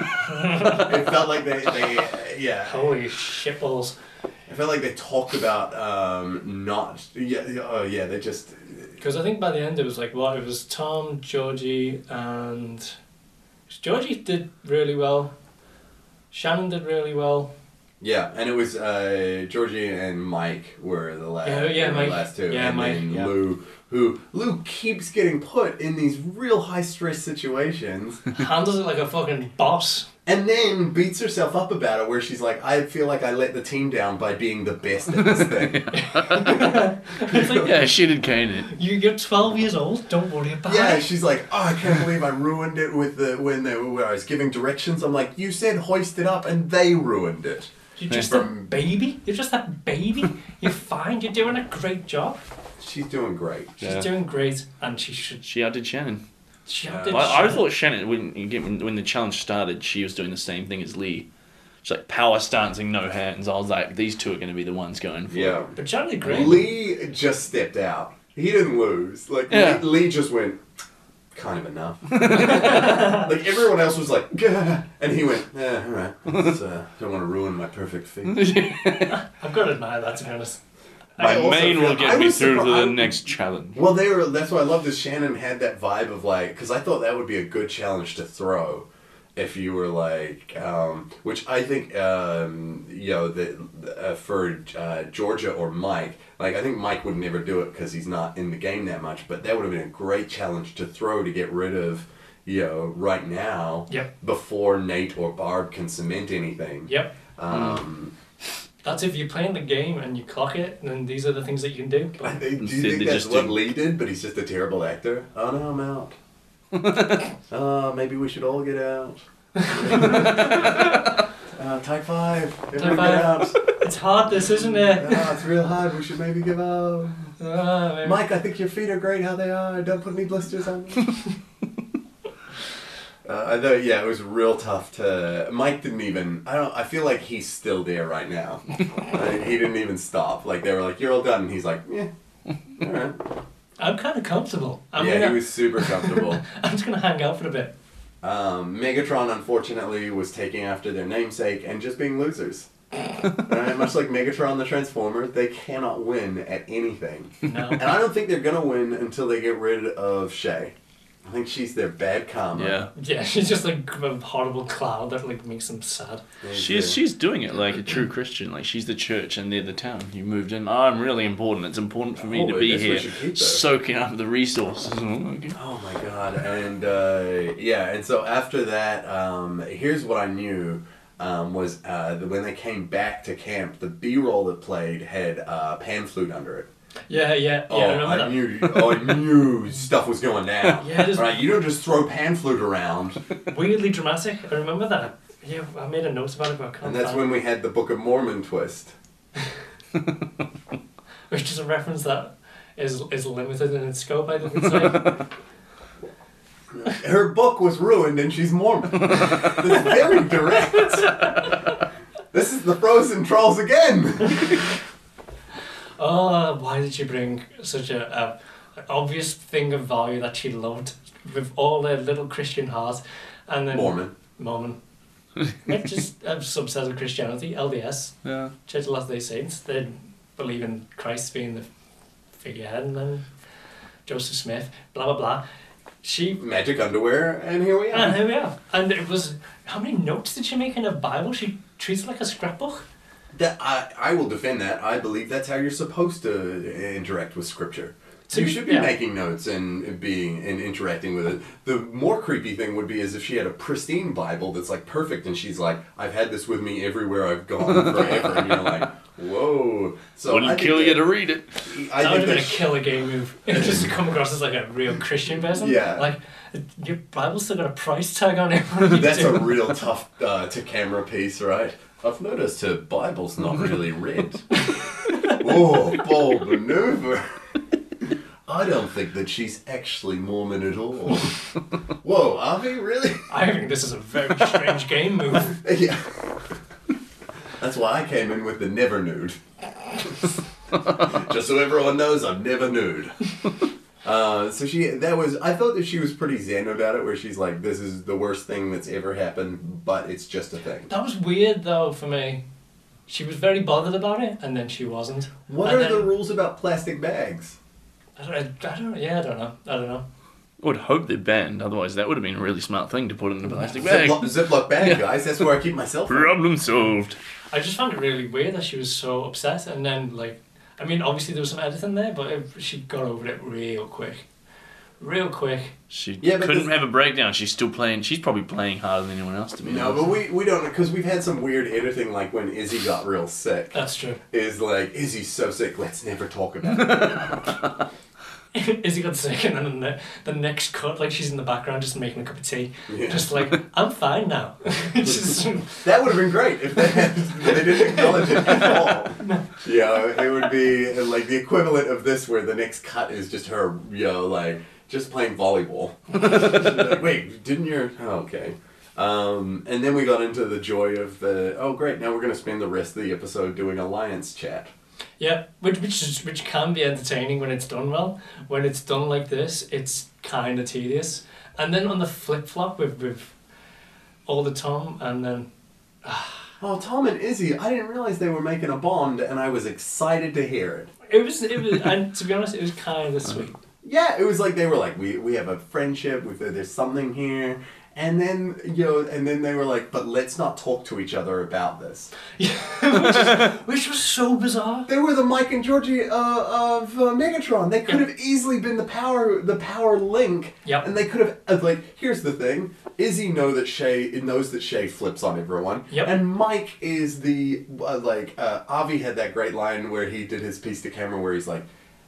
S1: it felt like they, they uh, yeah.
S2: Holy shitballs.
S1: It felt like they talked about um, not yeah yeah, oh yeah they just
S2: Because I think by the end it was like what it was Tom, Georgie, and Georgie did really well. Shannon did really well.
S1: Yeah, and it was uh, Georgie and Mike were the last,
S2: Yeah, yeah,
S1: were the
S2: Mike.
S1: last two,
S2: Yeah,
S1: and
S2: Mike,
S1: then
S2: yeah.
S1: Lou, who Lou keeps getting put in these real high stress situations,
S2: Handles it like a fucking boss.
S1: and then beats herself up about it, where she's like, "I feel like I let the team down by being the best at this thing."
S2: It's like,
S5: Yeah, she did cane it.
S2: you, you're 12 years old, don't worry about
S1: yeah,
S2: it.
S1: she's like, "Oh, I can't believe I ruined it with the when they when I was giving directions." I'm like, "You said hoist it up, and they ruined it."
S2: You're just
S1: From-
S2: a baby. You're just a baby. You're fine. You're doing a great job.
S1: She's doing great.
S2: She's
S5: Yeah.
S2: doing great, and she should.
S5: She outdid Shannon.
S2: She
S1: Yeah.
S2: did
S5: I, I
S2: shit.
S5: thought Shannon, when, you get- when when the challenge started, she was doing the same thing as Lee. She's like power stancing, no hands. I was like, these two are going to be the ones going for it.
S1: Yeah.
S2: But Shannon did great.
S1: Lee just stepped out. He didn't lose. Like
S5: Yeah.
S1: Lee, Lee just went, kind of enough. like everyone else was like, "Gah," and he went, eh, all right. Let's, uh, don't want to ruin my perfect feet.
S2: I've got to admire that, to be honest.
S1: I
S5: My
S1: also
S5: main
S1: feel-
S5: will
S1: I
S5: get me
S1: was
S5: through to the
S1: surprised-
S5: next challenge.
S1: Well, they were. That's why I love that Shannon had that vibe of like, because I thought that would be a good challenge to throw. If you were like, um, which I think, um, you know, that uh, for uh, Georgia or Mike, like I think Mike would never do it because he's not in the game that much. But that would have been a great challenge to throw to get rid of, you know, right now.
S2: Yep.
S1: Before Nate or Barb can cement anything.
S2: Yep.
S1: Um,
S2: That's if you're playing the game and you clock it, then these are the things that you can do. But
S1: I think, do you
S5: Instead,
S1: think
S5: they
S1: that's
S5: just
S1: what
S5: do-
S1: Lee did? But he's just a terrible actor. Oh no, I'm out. uh, maybe we should all get out. uh, type five. Everyone get out.
S2: It's hard, this isn't it?
S1: Ah, it's real hard. We should maybe give up.
S2: Ah, man.
S1: Mike, I think your feet are great how they are. Don't put any blisters on them. Uh, I know, yeah, it was real tough to. Mike didn't even. I don't. I feel like he's still there right now. Like, he didn't even stop. Like they were like, "You're all done," and he's like, "Yeah, all right."
S2: I'm kind of comfortable. I'm
S1: yeah,
S2: gonna,
S1: he was super comfortable.
S2: I'm just gonna hang out for a bit.
S1: Um, Megatron, unfortunately, was taking after their namesake and just being losers. Alright, Much like Megatron the Transformer, they cannot win at anything.
S2: No,
S1: And I don't think they're going to win until they get rid of Shay. I think she's their bad karma.
S5: Yeah.
S2: Yeah, she's just like a horrible cloud that like makes them sad.
S1: They
S5: She's
S1: do.
S5: she's doing it like a true Christian. Like she's the church and they're the town. You moved in. I'm really important. It's important for me
S1: Oh,
S5: to
S1: I
S5: be
S1: guess we
S5: here,
S1: should keep that.
S5: soaking up the resources. Oh, okay.
S1: Oh my god! And uh, yeah, and so after that, um, here's what I knew um, was uh, that when they came back to camp, the B-roll that played had uh, pan flute under it.
S2: Yeah, yeah, yeah.
S1: Oh,
S2: I remember
S1: I
S2: that.
S1: knew. Oh, I knew stuff was going down.
S2: Yeah, just-
S1: right. You don't just throw pan flute around.
S2: Weirdly dramatic. I remember that. Yeah, I made a note about it, but I can't.
S1: And that's
S2: find
S1: when
S2: it.
S1: we had the Book of Mormon twist.
S2: which is a reference that is is limited in its scope. I didn't say.
S1: Her book was ruined, and she's Mormon. that's very direct. This is the frozen trolls again.
S2: oh, why did she bring such a, a an obvious thing of value that she loved with all her little Christian heart, and then
S1: Mormon.
S2: Mormon. It's just a subset of Christianity, LDS,
S5: Yeah.
S2: Church of Latter Day Saints. They believe in Christ being the figurehead, and then Joseph Smith, blah blah blah. She
S1: Magic underwear, and here we are.
S2: And there we are. And it was how many notes did she make in her Bible? She treats it like a scrapbook.
S1: That I, I will defend that. I believe that's how you're supposed to interact with scripture.
S2: So
S1: you
S2: you-
S1: should be
S2: yeah.
S1: making notes and being and interacting with it. The more creepy thing would be is if she had a pristine Bible that's like perfect, and she's like, "I've had this with me everywhere I've gone forever," and you're like, "Whoa!" So I
S5: Wouldn't
S1: think
S5: kill you
S1: that-
S5: to read it.
S1: I
S2: that would
S1: think
S2: have been a
S1: that she-
S2: killer game move. Just to come across as like a real Christian person.
S1: Yeah.
S2: Like your Bible's still got a price tag on it. What do you
S1: that's
S2: do?
S1: a real tough uh, to camera piece, right? I've noticed her Bible's not really red. Whoa, bold maneuver. I don't think that she's actually Mormon at all. Whoa, are we really?
S2: I think this is a very strange game move.
S1: yeah. That's why I came in with the never nude. Just so everyone knows, I'm never nude. Uh, so she, that was, I thought that she was pretty zen about it, where she's like, this is the worst thing that's ever happened, but it's just a thing.
S2: That was weird though for me. She was very bothered about it, and then she wasn't.
S1: What
S2: And
S1: are the
S2: then-
S1: rules about plastic bags?
S2: I don't, I don't. Yeah, I don't know. I don't know.
S5: I would hope they're banned. Otherwise, that would have been a really smart thing to put in a plastic bag.
S1: Ziploc, Ziploc bag, guys. That's where I keep myself.
S5: Problem solved.
S2: I just found it really weird that she was so upset, and then like, I mean, obviously there was some editing there, but it, she got over it real quick, real quick.
S5: She
S1: Yeah, but
S5: couldn't
S1: this-
S5: have a breakdown. She's still playing. She's probably playing harder than anyone else to be
S1: No,
S5: honest.
S1: but we, we don't because we've had some weird editing, like when Izzy got real sick.
S2: That's true.
S1: Is like Izzy's so sick. Let's never talk about it.
S2: Izzy got sick, and then the, the next cut, like she's in the background just making a cup of tea,
S1: Yeah.
S2: just like I'm fine now. Just-
S1: that would have been great if they, had, they didn't acknowledge it at all. Yeah, it would be like the equivalent of this, where the next cut is just her, you know, like just playing volleyball. Like, Wait, didn't your oh, okay? Um, and then we got into the joy of the oh great now we're gonna spend the rest of the episode doing alliance chat.
S2: yeah, which which is, which can be entertaining when it's done well. When it's done like this, it's kind of tedious. And then on the flip flop with with all the Tom, and then
S1: Oh, Tom and Izzy, I didn't realize they were making a bond, and I was excited to hear it.
S2: it was it was, and to be honest, it was kind of sweet.
S1: Yeah, it was like they were like, we, we have a friendship, we, there's something here. And then, you know, and then they were like, but let's not talk to each other about this.
S2: Which was so bizarre.
S1: They were the Mike and Georgie uh, of uh, Megatron. They could have easily been the power, the power link.
S2: Yep.
S1: And they could have uh, like, here's the thing: Izzy know that Shay knows that Shay flips on everyone.
S2: Yep.
S1: And Mike is the uh, like uh, Avi had that great line where he did his piece to camera where he's like,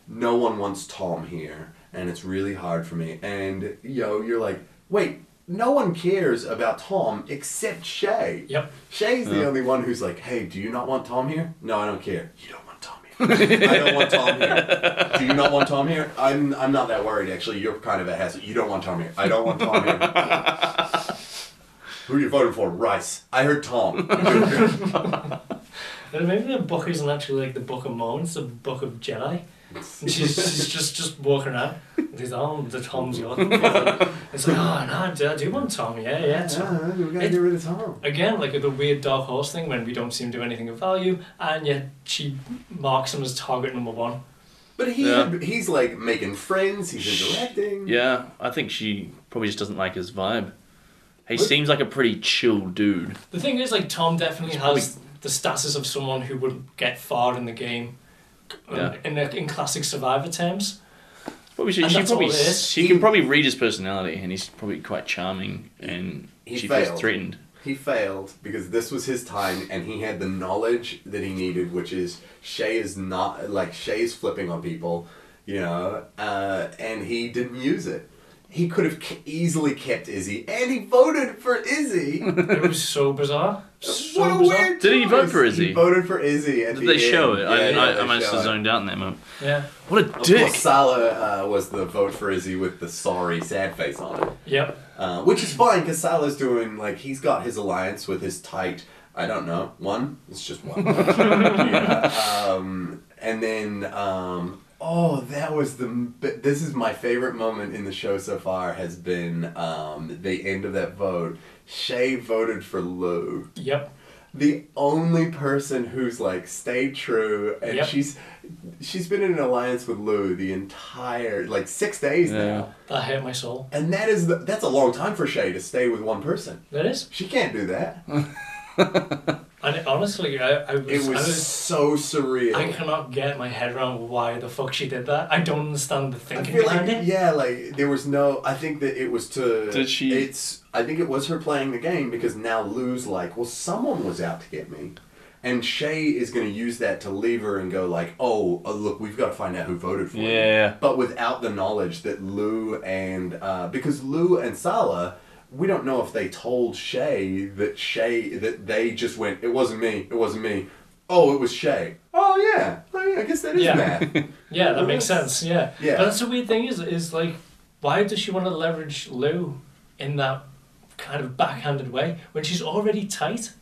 S1: "No one wants Tom here, and it's really hard for me." And you know, you're like, wait. No one cares about Tom except Shay.
S2: Yep.
S1: Shay's the only one who's like, hey, do you not want Tom here? No, I don't care. You don't want Tom here. I don't want Tom here. Do you not want Tom here? I'm I'm not that worried actually. You're kind of a hassle. You don't want Tom here. I don't want Tom here. Who are you voting for? Rice. I heard Tom.
S2: And maybe the book isn't actually like the Book of Mormon, it's the Book of Jedi. And she's, she's just just walking around. And She's oh, the Tom's your. It's like, oh, no, I do, I do want Tom, yeah, yeah, Tom.
S1: Ah, we gotta
S2: get
S1: rid of Tom.
S2: Again, like the weird dark horse thing when we don't seem to do anything of value, and yet she marks him as target number one.
S1: But he
S3: Yeah.
S1: he's like making friends. He's interacting.
S3: Yeah, I think she probably just doesn't like his vibe. He
S1: What?
S3: seems like a pretty chill dude.
S2: The thing is, like, Tom definitely has the status of someone who would get far in the game. um,
S3: Yeah.
S2: In, the- in classic Survivor terms,
S3: Probably she,
S2: And
S3: she
S2: that's
S3: probably
S2: all it is.
S3: she can probably read his personality, and he's probably quite charming, and
S1: He
S3: she
S1: failed.
S3: feels threatened.
S1: He failed because this was his time, and he had the knowledge that he needed, which is Shay is not like Shay's flipping on people, you know, uh, and he didn't use it. He could have ke- easily kept Izzy, and he voted for Izzy. what
S2: it was so bizarre. So
S1: a
S2: bizarre.
S1: weird
S3: Did he vote
S1: choice.
S3: for Izzy?
S1: He voted for Izzy. At
S3: Did
S1: the
S3: they show
S1: end.
S3: it?
S1: Yeah,
S3: I,
S1: yeah,
S3: I,
S1: they
S3: I must
S1: show
S3: have
S1: it.
S3: zoned out in that moment.
S2: Yeah.
S3: What a
S1: Of
S3: dick!
S1: course, Salah uh, was the vote for Izzy with the sorry, sad face on it.
S2: Yep.
S1: Uh, which is fine because Salah's doing like he's got his alliance with his tight. I don't know one. It's just one. Yeah, um, and then um, oh, that was the. m- but This is my favorite moment in the show so far. Has been um, the end of that vote. Shay voted for Lou
S2: Yep.
S1: the only person who's like stayed true and
S2: Yep.
S1: she's she's been in an alliance with Lou the entire like six days now.
S2: That hurt my soul.
S1: And that is the, that's a long time for Shay to stay with one person.
S2: That is.
S1: She can't do that.
S2: And it- honestly, I, I was.
S1: It was,
S2: I was
S1: so surreal.
S2: I cannot get my head around why the fuck she did that. I don't understand the
S1: I
S2: thinking
S1: feel
S2: behind
S1: like
S2: it.
S1: yeah, like there was no. I think that it was to.
S3: Did she-
S1: It's. I think it was her playing the game because now Lou's like, well, someone was out to get me, and Shay is going to use that to leave her and go like, oh, uh, look, we've got to find out who voted for you.
S3: Yeah.
S1: But without the knowledge that Lou and uh, because Lou and Sala. We don't know if they told Shay that Shay that they just went. It wasn't me. It wasn't me. Oh, it was Shay. Oh yeah. Oh yeah. I guess that is
S2: Yeah.
S1: math.
S2: Yeah, that makes
S1: Yes.
S2: sense. Yeah.
S1: Yeah.
S2: But that's the weird thing is, is like, why does she want to leverage Lou in that kind of backhanded way when she's already tight?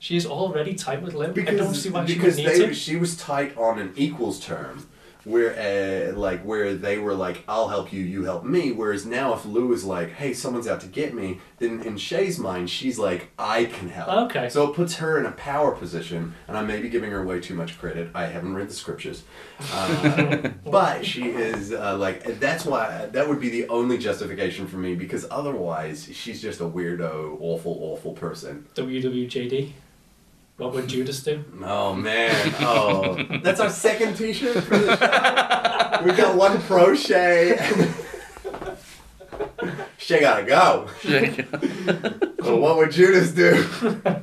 S2: She is already tight with Lou. I don't see why she would
S1: because
S2: need
S1: they,
S2: to.
S1: she was tight on an equals term where uh, like where they were like i'll help you you help me whereas now if lou is like hey someone's out to get me then in shay's mind she's like i can help
S2: Okay.
S1: so it puts her in a power position and i may be giving her way too much credit i haven't read the scriptures uh, but she is uh, like that's why that would be the only justification for me because otherwise she's just a weirdo awful awful person
S2: WWJD. What would Judas do?
S1: Oh man! Oh, that's our second T-shirt for the show. We got one pro Shay. Shay gotta go. Well, what would Judas do?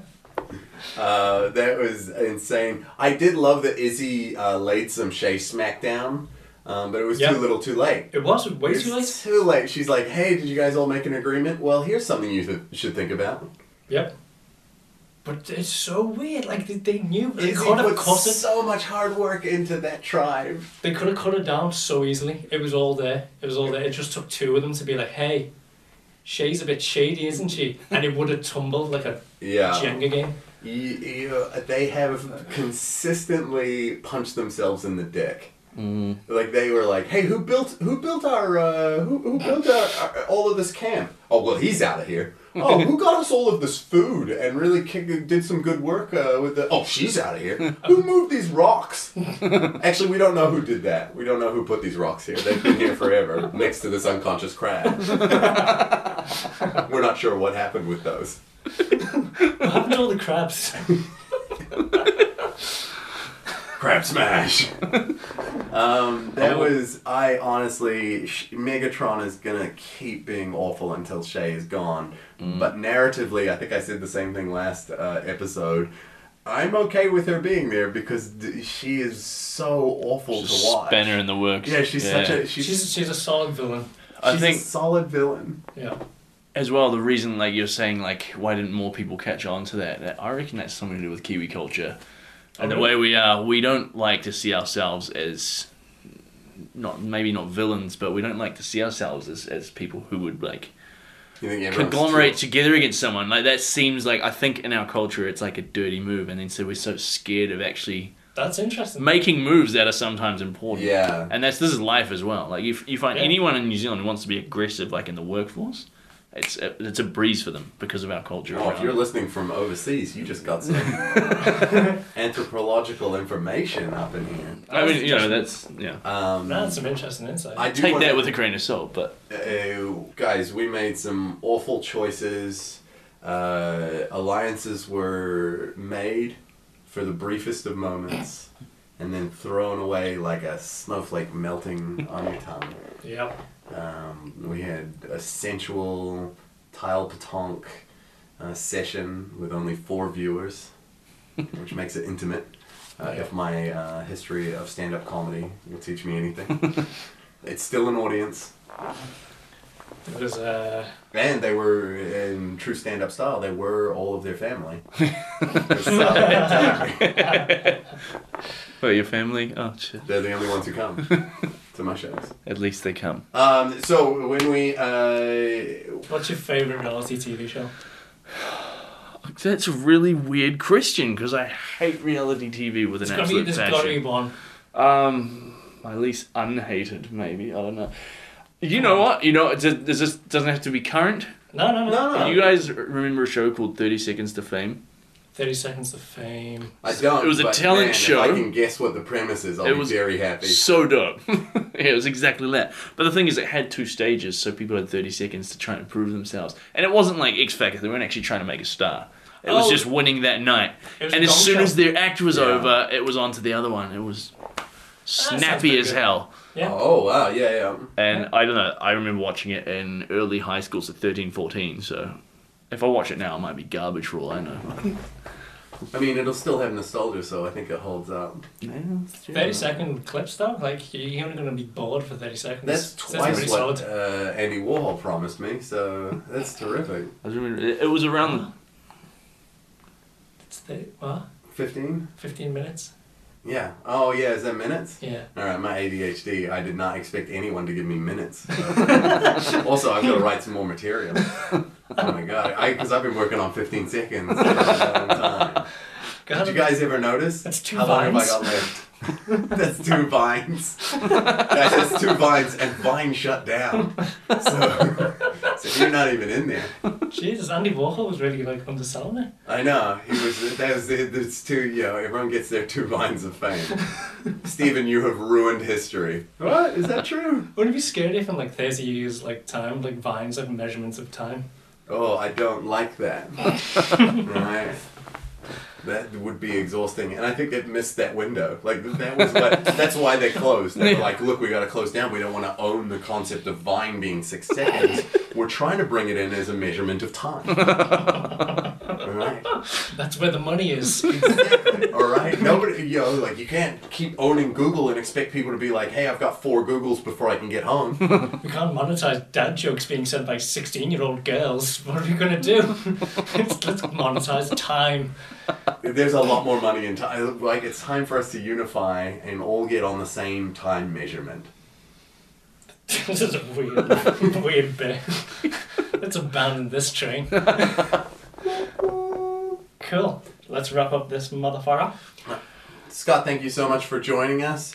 S1: Uh, that was insane. I did love that Izzy uh, laid some Shay smackdown, um, but it was
S2: Yeah.
S1: too little, too late.
S2: It was way too
S1: It's
S2: late.
S1: Too late. She's like, "Hey, did you guys all make an agreement? Well, here's something you th- should think about."
S2: Yep. But it's so weird. Like they, they knew but they
S1: Izzy
S2: could have
S1: put
S2: cut it.
S1: so much hard work into that tribe.
S2: They could have cut it down so easily. It was all there. It was all there. It just took two of them to be like, hey, Shay's a bit shady, isn't she? And it would have tumbled like a
S1: Yeah.
S2: Jenga game.
S1: You, you, they have consistently punched themselves in the dick. Mm. Like they were like, "Hey, who built who built our uh, who, who built our, our, all of this camp? Oh well, he's out of here. Oh, who got us all of this food and really kick, did some good work uh, with the? Oh, she's out of here. Who moved these rocks? Actually, we don't know who did that. We don't know who put these rocks here. They've been here forever, next to this unconscious crab. we're not sure what happened with those.
S2: What happened to all the crabs?
S1: Crab smash. um, that was I honestly. Sh- Megatron is gonna keep being awful until Shay is gone. But narratively, I think I said the same thing last uh, episode. I'm okay with her being there because d- she is so awful to
S3: Just
S1: watch.
S3: spanner in the works.
S1: Yeah, she's such a she's, she's,
S2: she's, she's a solid villain.
S3: I
S1: a
S3: think
S1: solid villain.
S2: Yeah.
S3: as well the reason like you're saying like why didn't more people catch on to that, that I reckon that's something to do with Kiwi culture, and the way we are we don't like to see ourselves as not maybe not villains but we don't like to see ourselves as, as people who would like
S1: You think everyone's
S3: conglomerate
S1: too-
S3: together against someone like that seems like I think in our culture it's like a dirty move and then so we're so scared of actually
S2: That's interesting.
S3: making moves that are sometimes important
S1: Yeah.
S3: and that's this is life as well like if you find
S2: Yeah.
S3: anyone in New Zealand who wants to be aggressive like in the workforce It's it's a breeze for them because of our culture.
S1: Well, Oh, if
S3: around
S1: you're
S3: it.
S1: listening from overseas, you just got some anthropological information up in here.
S3: I mean, you know, that's yeah.
S1: Um,
S2: That's some interesting insight.
S1: I do
S3: Take
S1: wanna-
S3: that with a grain of salt, but
S1: uh, guys, we made some awful choices. Uh, alliances were made for the briefest of moments and then thrown away like a snowflake melting on your tongue.
S2: yep.
S1: Um, we had a sensual tile patonk uh, session with only four viewers, which makes it intimate. Uh, if my uh, history of stand up comedy will teach me anything, it's still an audience.
S2: It was uh,
S1: And they were in true stand-up style. They were all of their family. They're solid.
S3: oh, your family. Oh shit.
S1: They're the only ones who come to my shows.
S3: At least they come.
S1: Um, so when we, uh,
S2: what's your favourite reality TV show?
S3: That's a really weird question because I hate reality TV with an
S2: It's gotta be
S3: absolute
S2: this
S3: passion.
S2: bloody one.
S3: Um, my least unhated, maybe. I don't know. You know what? You know, it just, it just doesn't have to be current.
S2: No, no, no.
S1: No, no.
S3: You guys remember a show called Thirty Seconds to Fame?
S2: Thirty Seconds to Fame.
S1: I don't.
S3: It was a
S1: but
S3: talent
S1: man,
S3: show.
S1: If I can guess what the premise is, I'll
S3: It
S1: be
S3: was-
S1: very happy.
S3: So dope. yeah, it was exactly that. But the thing is, it had two stages, so people had thirty seconds to try and prove themselves. And it wasn't like X Factor; they weren't actually trying to make a star. It was
S2: Oh.
S3: just winning that night.
S2: It was
S3: And
S2: a
S3: as
S2: gong
S3: soon
S2: show.
S3: as their act was
S1: Yeah.
S3: over, it was on to the other one. It was
S2: sounds
S3: snappy
S2: pretty
S3: as
S2: good.
S3: hell.
S2: Yeah.
S1: Oh wow, yeah, yeah.
S3: And I don't know, I remember watching it in early high school, so 13, 14, so if I watch it now, it might be garbage for all I know.
S1: I mean, it'll still have nostalgia, so I think it holds up.
S2: Thirty second clips though, like you're only gonna be bored for thirty seconds.
S1: That's
S2: That's
S1: twice
S2: pretty
S1: what
S2: solid.
S1: uh, Andy Warhol promised me, so that's terrific.
S3: I just remember, it it was around the,
S2: It's 30, what?
S1: Fifteen?
S2: Fifteen minutes?
S1: Yeah. Oh yeah, is that minutes?
S2: Yeah.
S1: All right, my ADHD. I did not expect anyone to give me minutes. also, I've got to write some more material. Oh my god, because I've been working on 15 seconds for a long time. Did you guys ever notice?
S2: That's two
S1: How long have I
S2: vines.
S1: got left? that's two vines. Guys, that's two vines, and Vine shut down. So, so you're not even in there.
S2: Jesus, Andy Warhol was really like underselling it.
S1: I know he was. That was the- that's two. You know, everyone gets their two vines of fame. Stephen, you have ruined history. What is that true?
S2: Wouldn't it be scary if in like thirty years like time, like vines like measurements of time?
S1: Oh, I don't like that. right. That would be exhausting, and I think they've missed that window. Like that was what, that's why they closed. They were like, "Look, we got to close down. We don't want to own the concept of Vine being six seconds. We're trying to bring it in as a measurement of time." Right.
S2: That's where the money is.
S1: All right. Nobody, you know, like you can't keep owning Google and expect people to be like, "Hey, I've got four Googles before I can get home."
S2: we can't monetize dad jokes being said by sixteen year old girls. What are we gonna do? Let's let's monetize time.
S1: There's a lot more money in time. Like it's time for us to unify and all get on the same time measurement.
S2: this is a weird weird bit. Let's abandon this train. cool. Let's wrap up this motherfucker.
S1: Scott, thank you so much for joining us.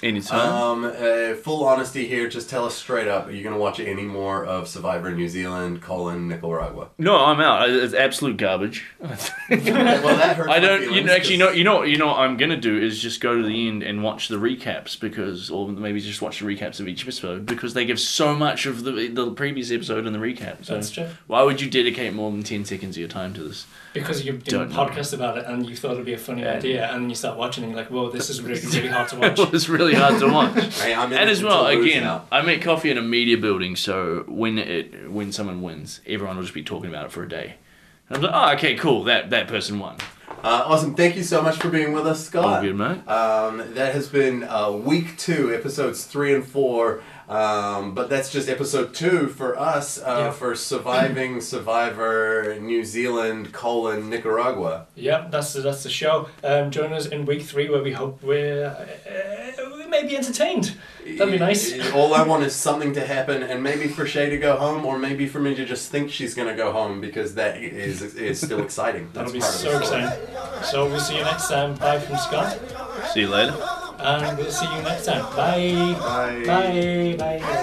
S1: Um,
S3: Anytime.
S1: uh, full honesty here, just tell us straight up: Are you going to watch any more of Survivor New Zealand? Colin Nicaragua.
S3: no, I'm out, I- it's absolute garbage.
S1: Well, that hurts. my
S3: I don't, you
S1: feelings
S3: know, actually, you know,
S1: 'cause-
S3: you know, what- you know what I'm going to do is just go to the end and watch the recaps because, or maybe just watch the recaps of each episode because they give so much of the, the previous episode in the recap, so.
S2: That's true.
S3: Why would you dedicate more than 10 seconds of your time to this?
S2: Because you did a
S3: Don't know.
S2: podcast about it and you thought it'd be a funny
S3: Yeah.
S2: idea, and you start watching and you're like, whoa, this is really, really hard to watch.
S3: It was really hard to watch.
S1: Hey, I'm in
S3: and
S1: it
S3: as
S1: until
S3: well,
S1: I lose
S3: again,
S1: now.
S3: I make coffee in a media building, so when it when someone wins, everyone will just be talking about it for a day. And I'm like, oh, okay, cool, that that person won.
S1: Uh, awesome. Thank you so much for being with us, Scott.
S3: All good, mate.
S1: Um, that has been uh, week two, episodes three and four. Um, but that's just episode two for us uh,
S2: Yeah.
S1: for surviving Survivor New Zealand colon Nicaragua.
S2: yep, that's the, that's the show. Um, join us in week three where we hope we're, uh, we may be entertained. That'd be nice.
S1: All I want is something to happen, and maybe for Shay to go home, or maybe for me to just think she's gonna go home because that is is still exciting. That's
S2: That'll be
S1: part of the
S2: so
S1: story.
S2: exciting. So we'll see you next time. Bye from Scott.
S3: See you later.
S2: And we'll see you next time. Bye. Bye. Bye. Bye.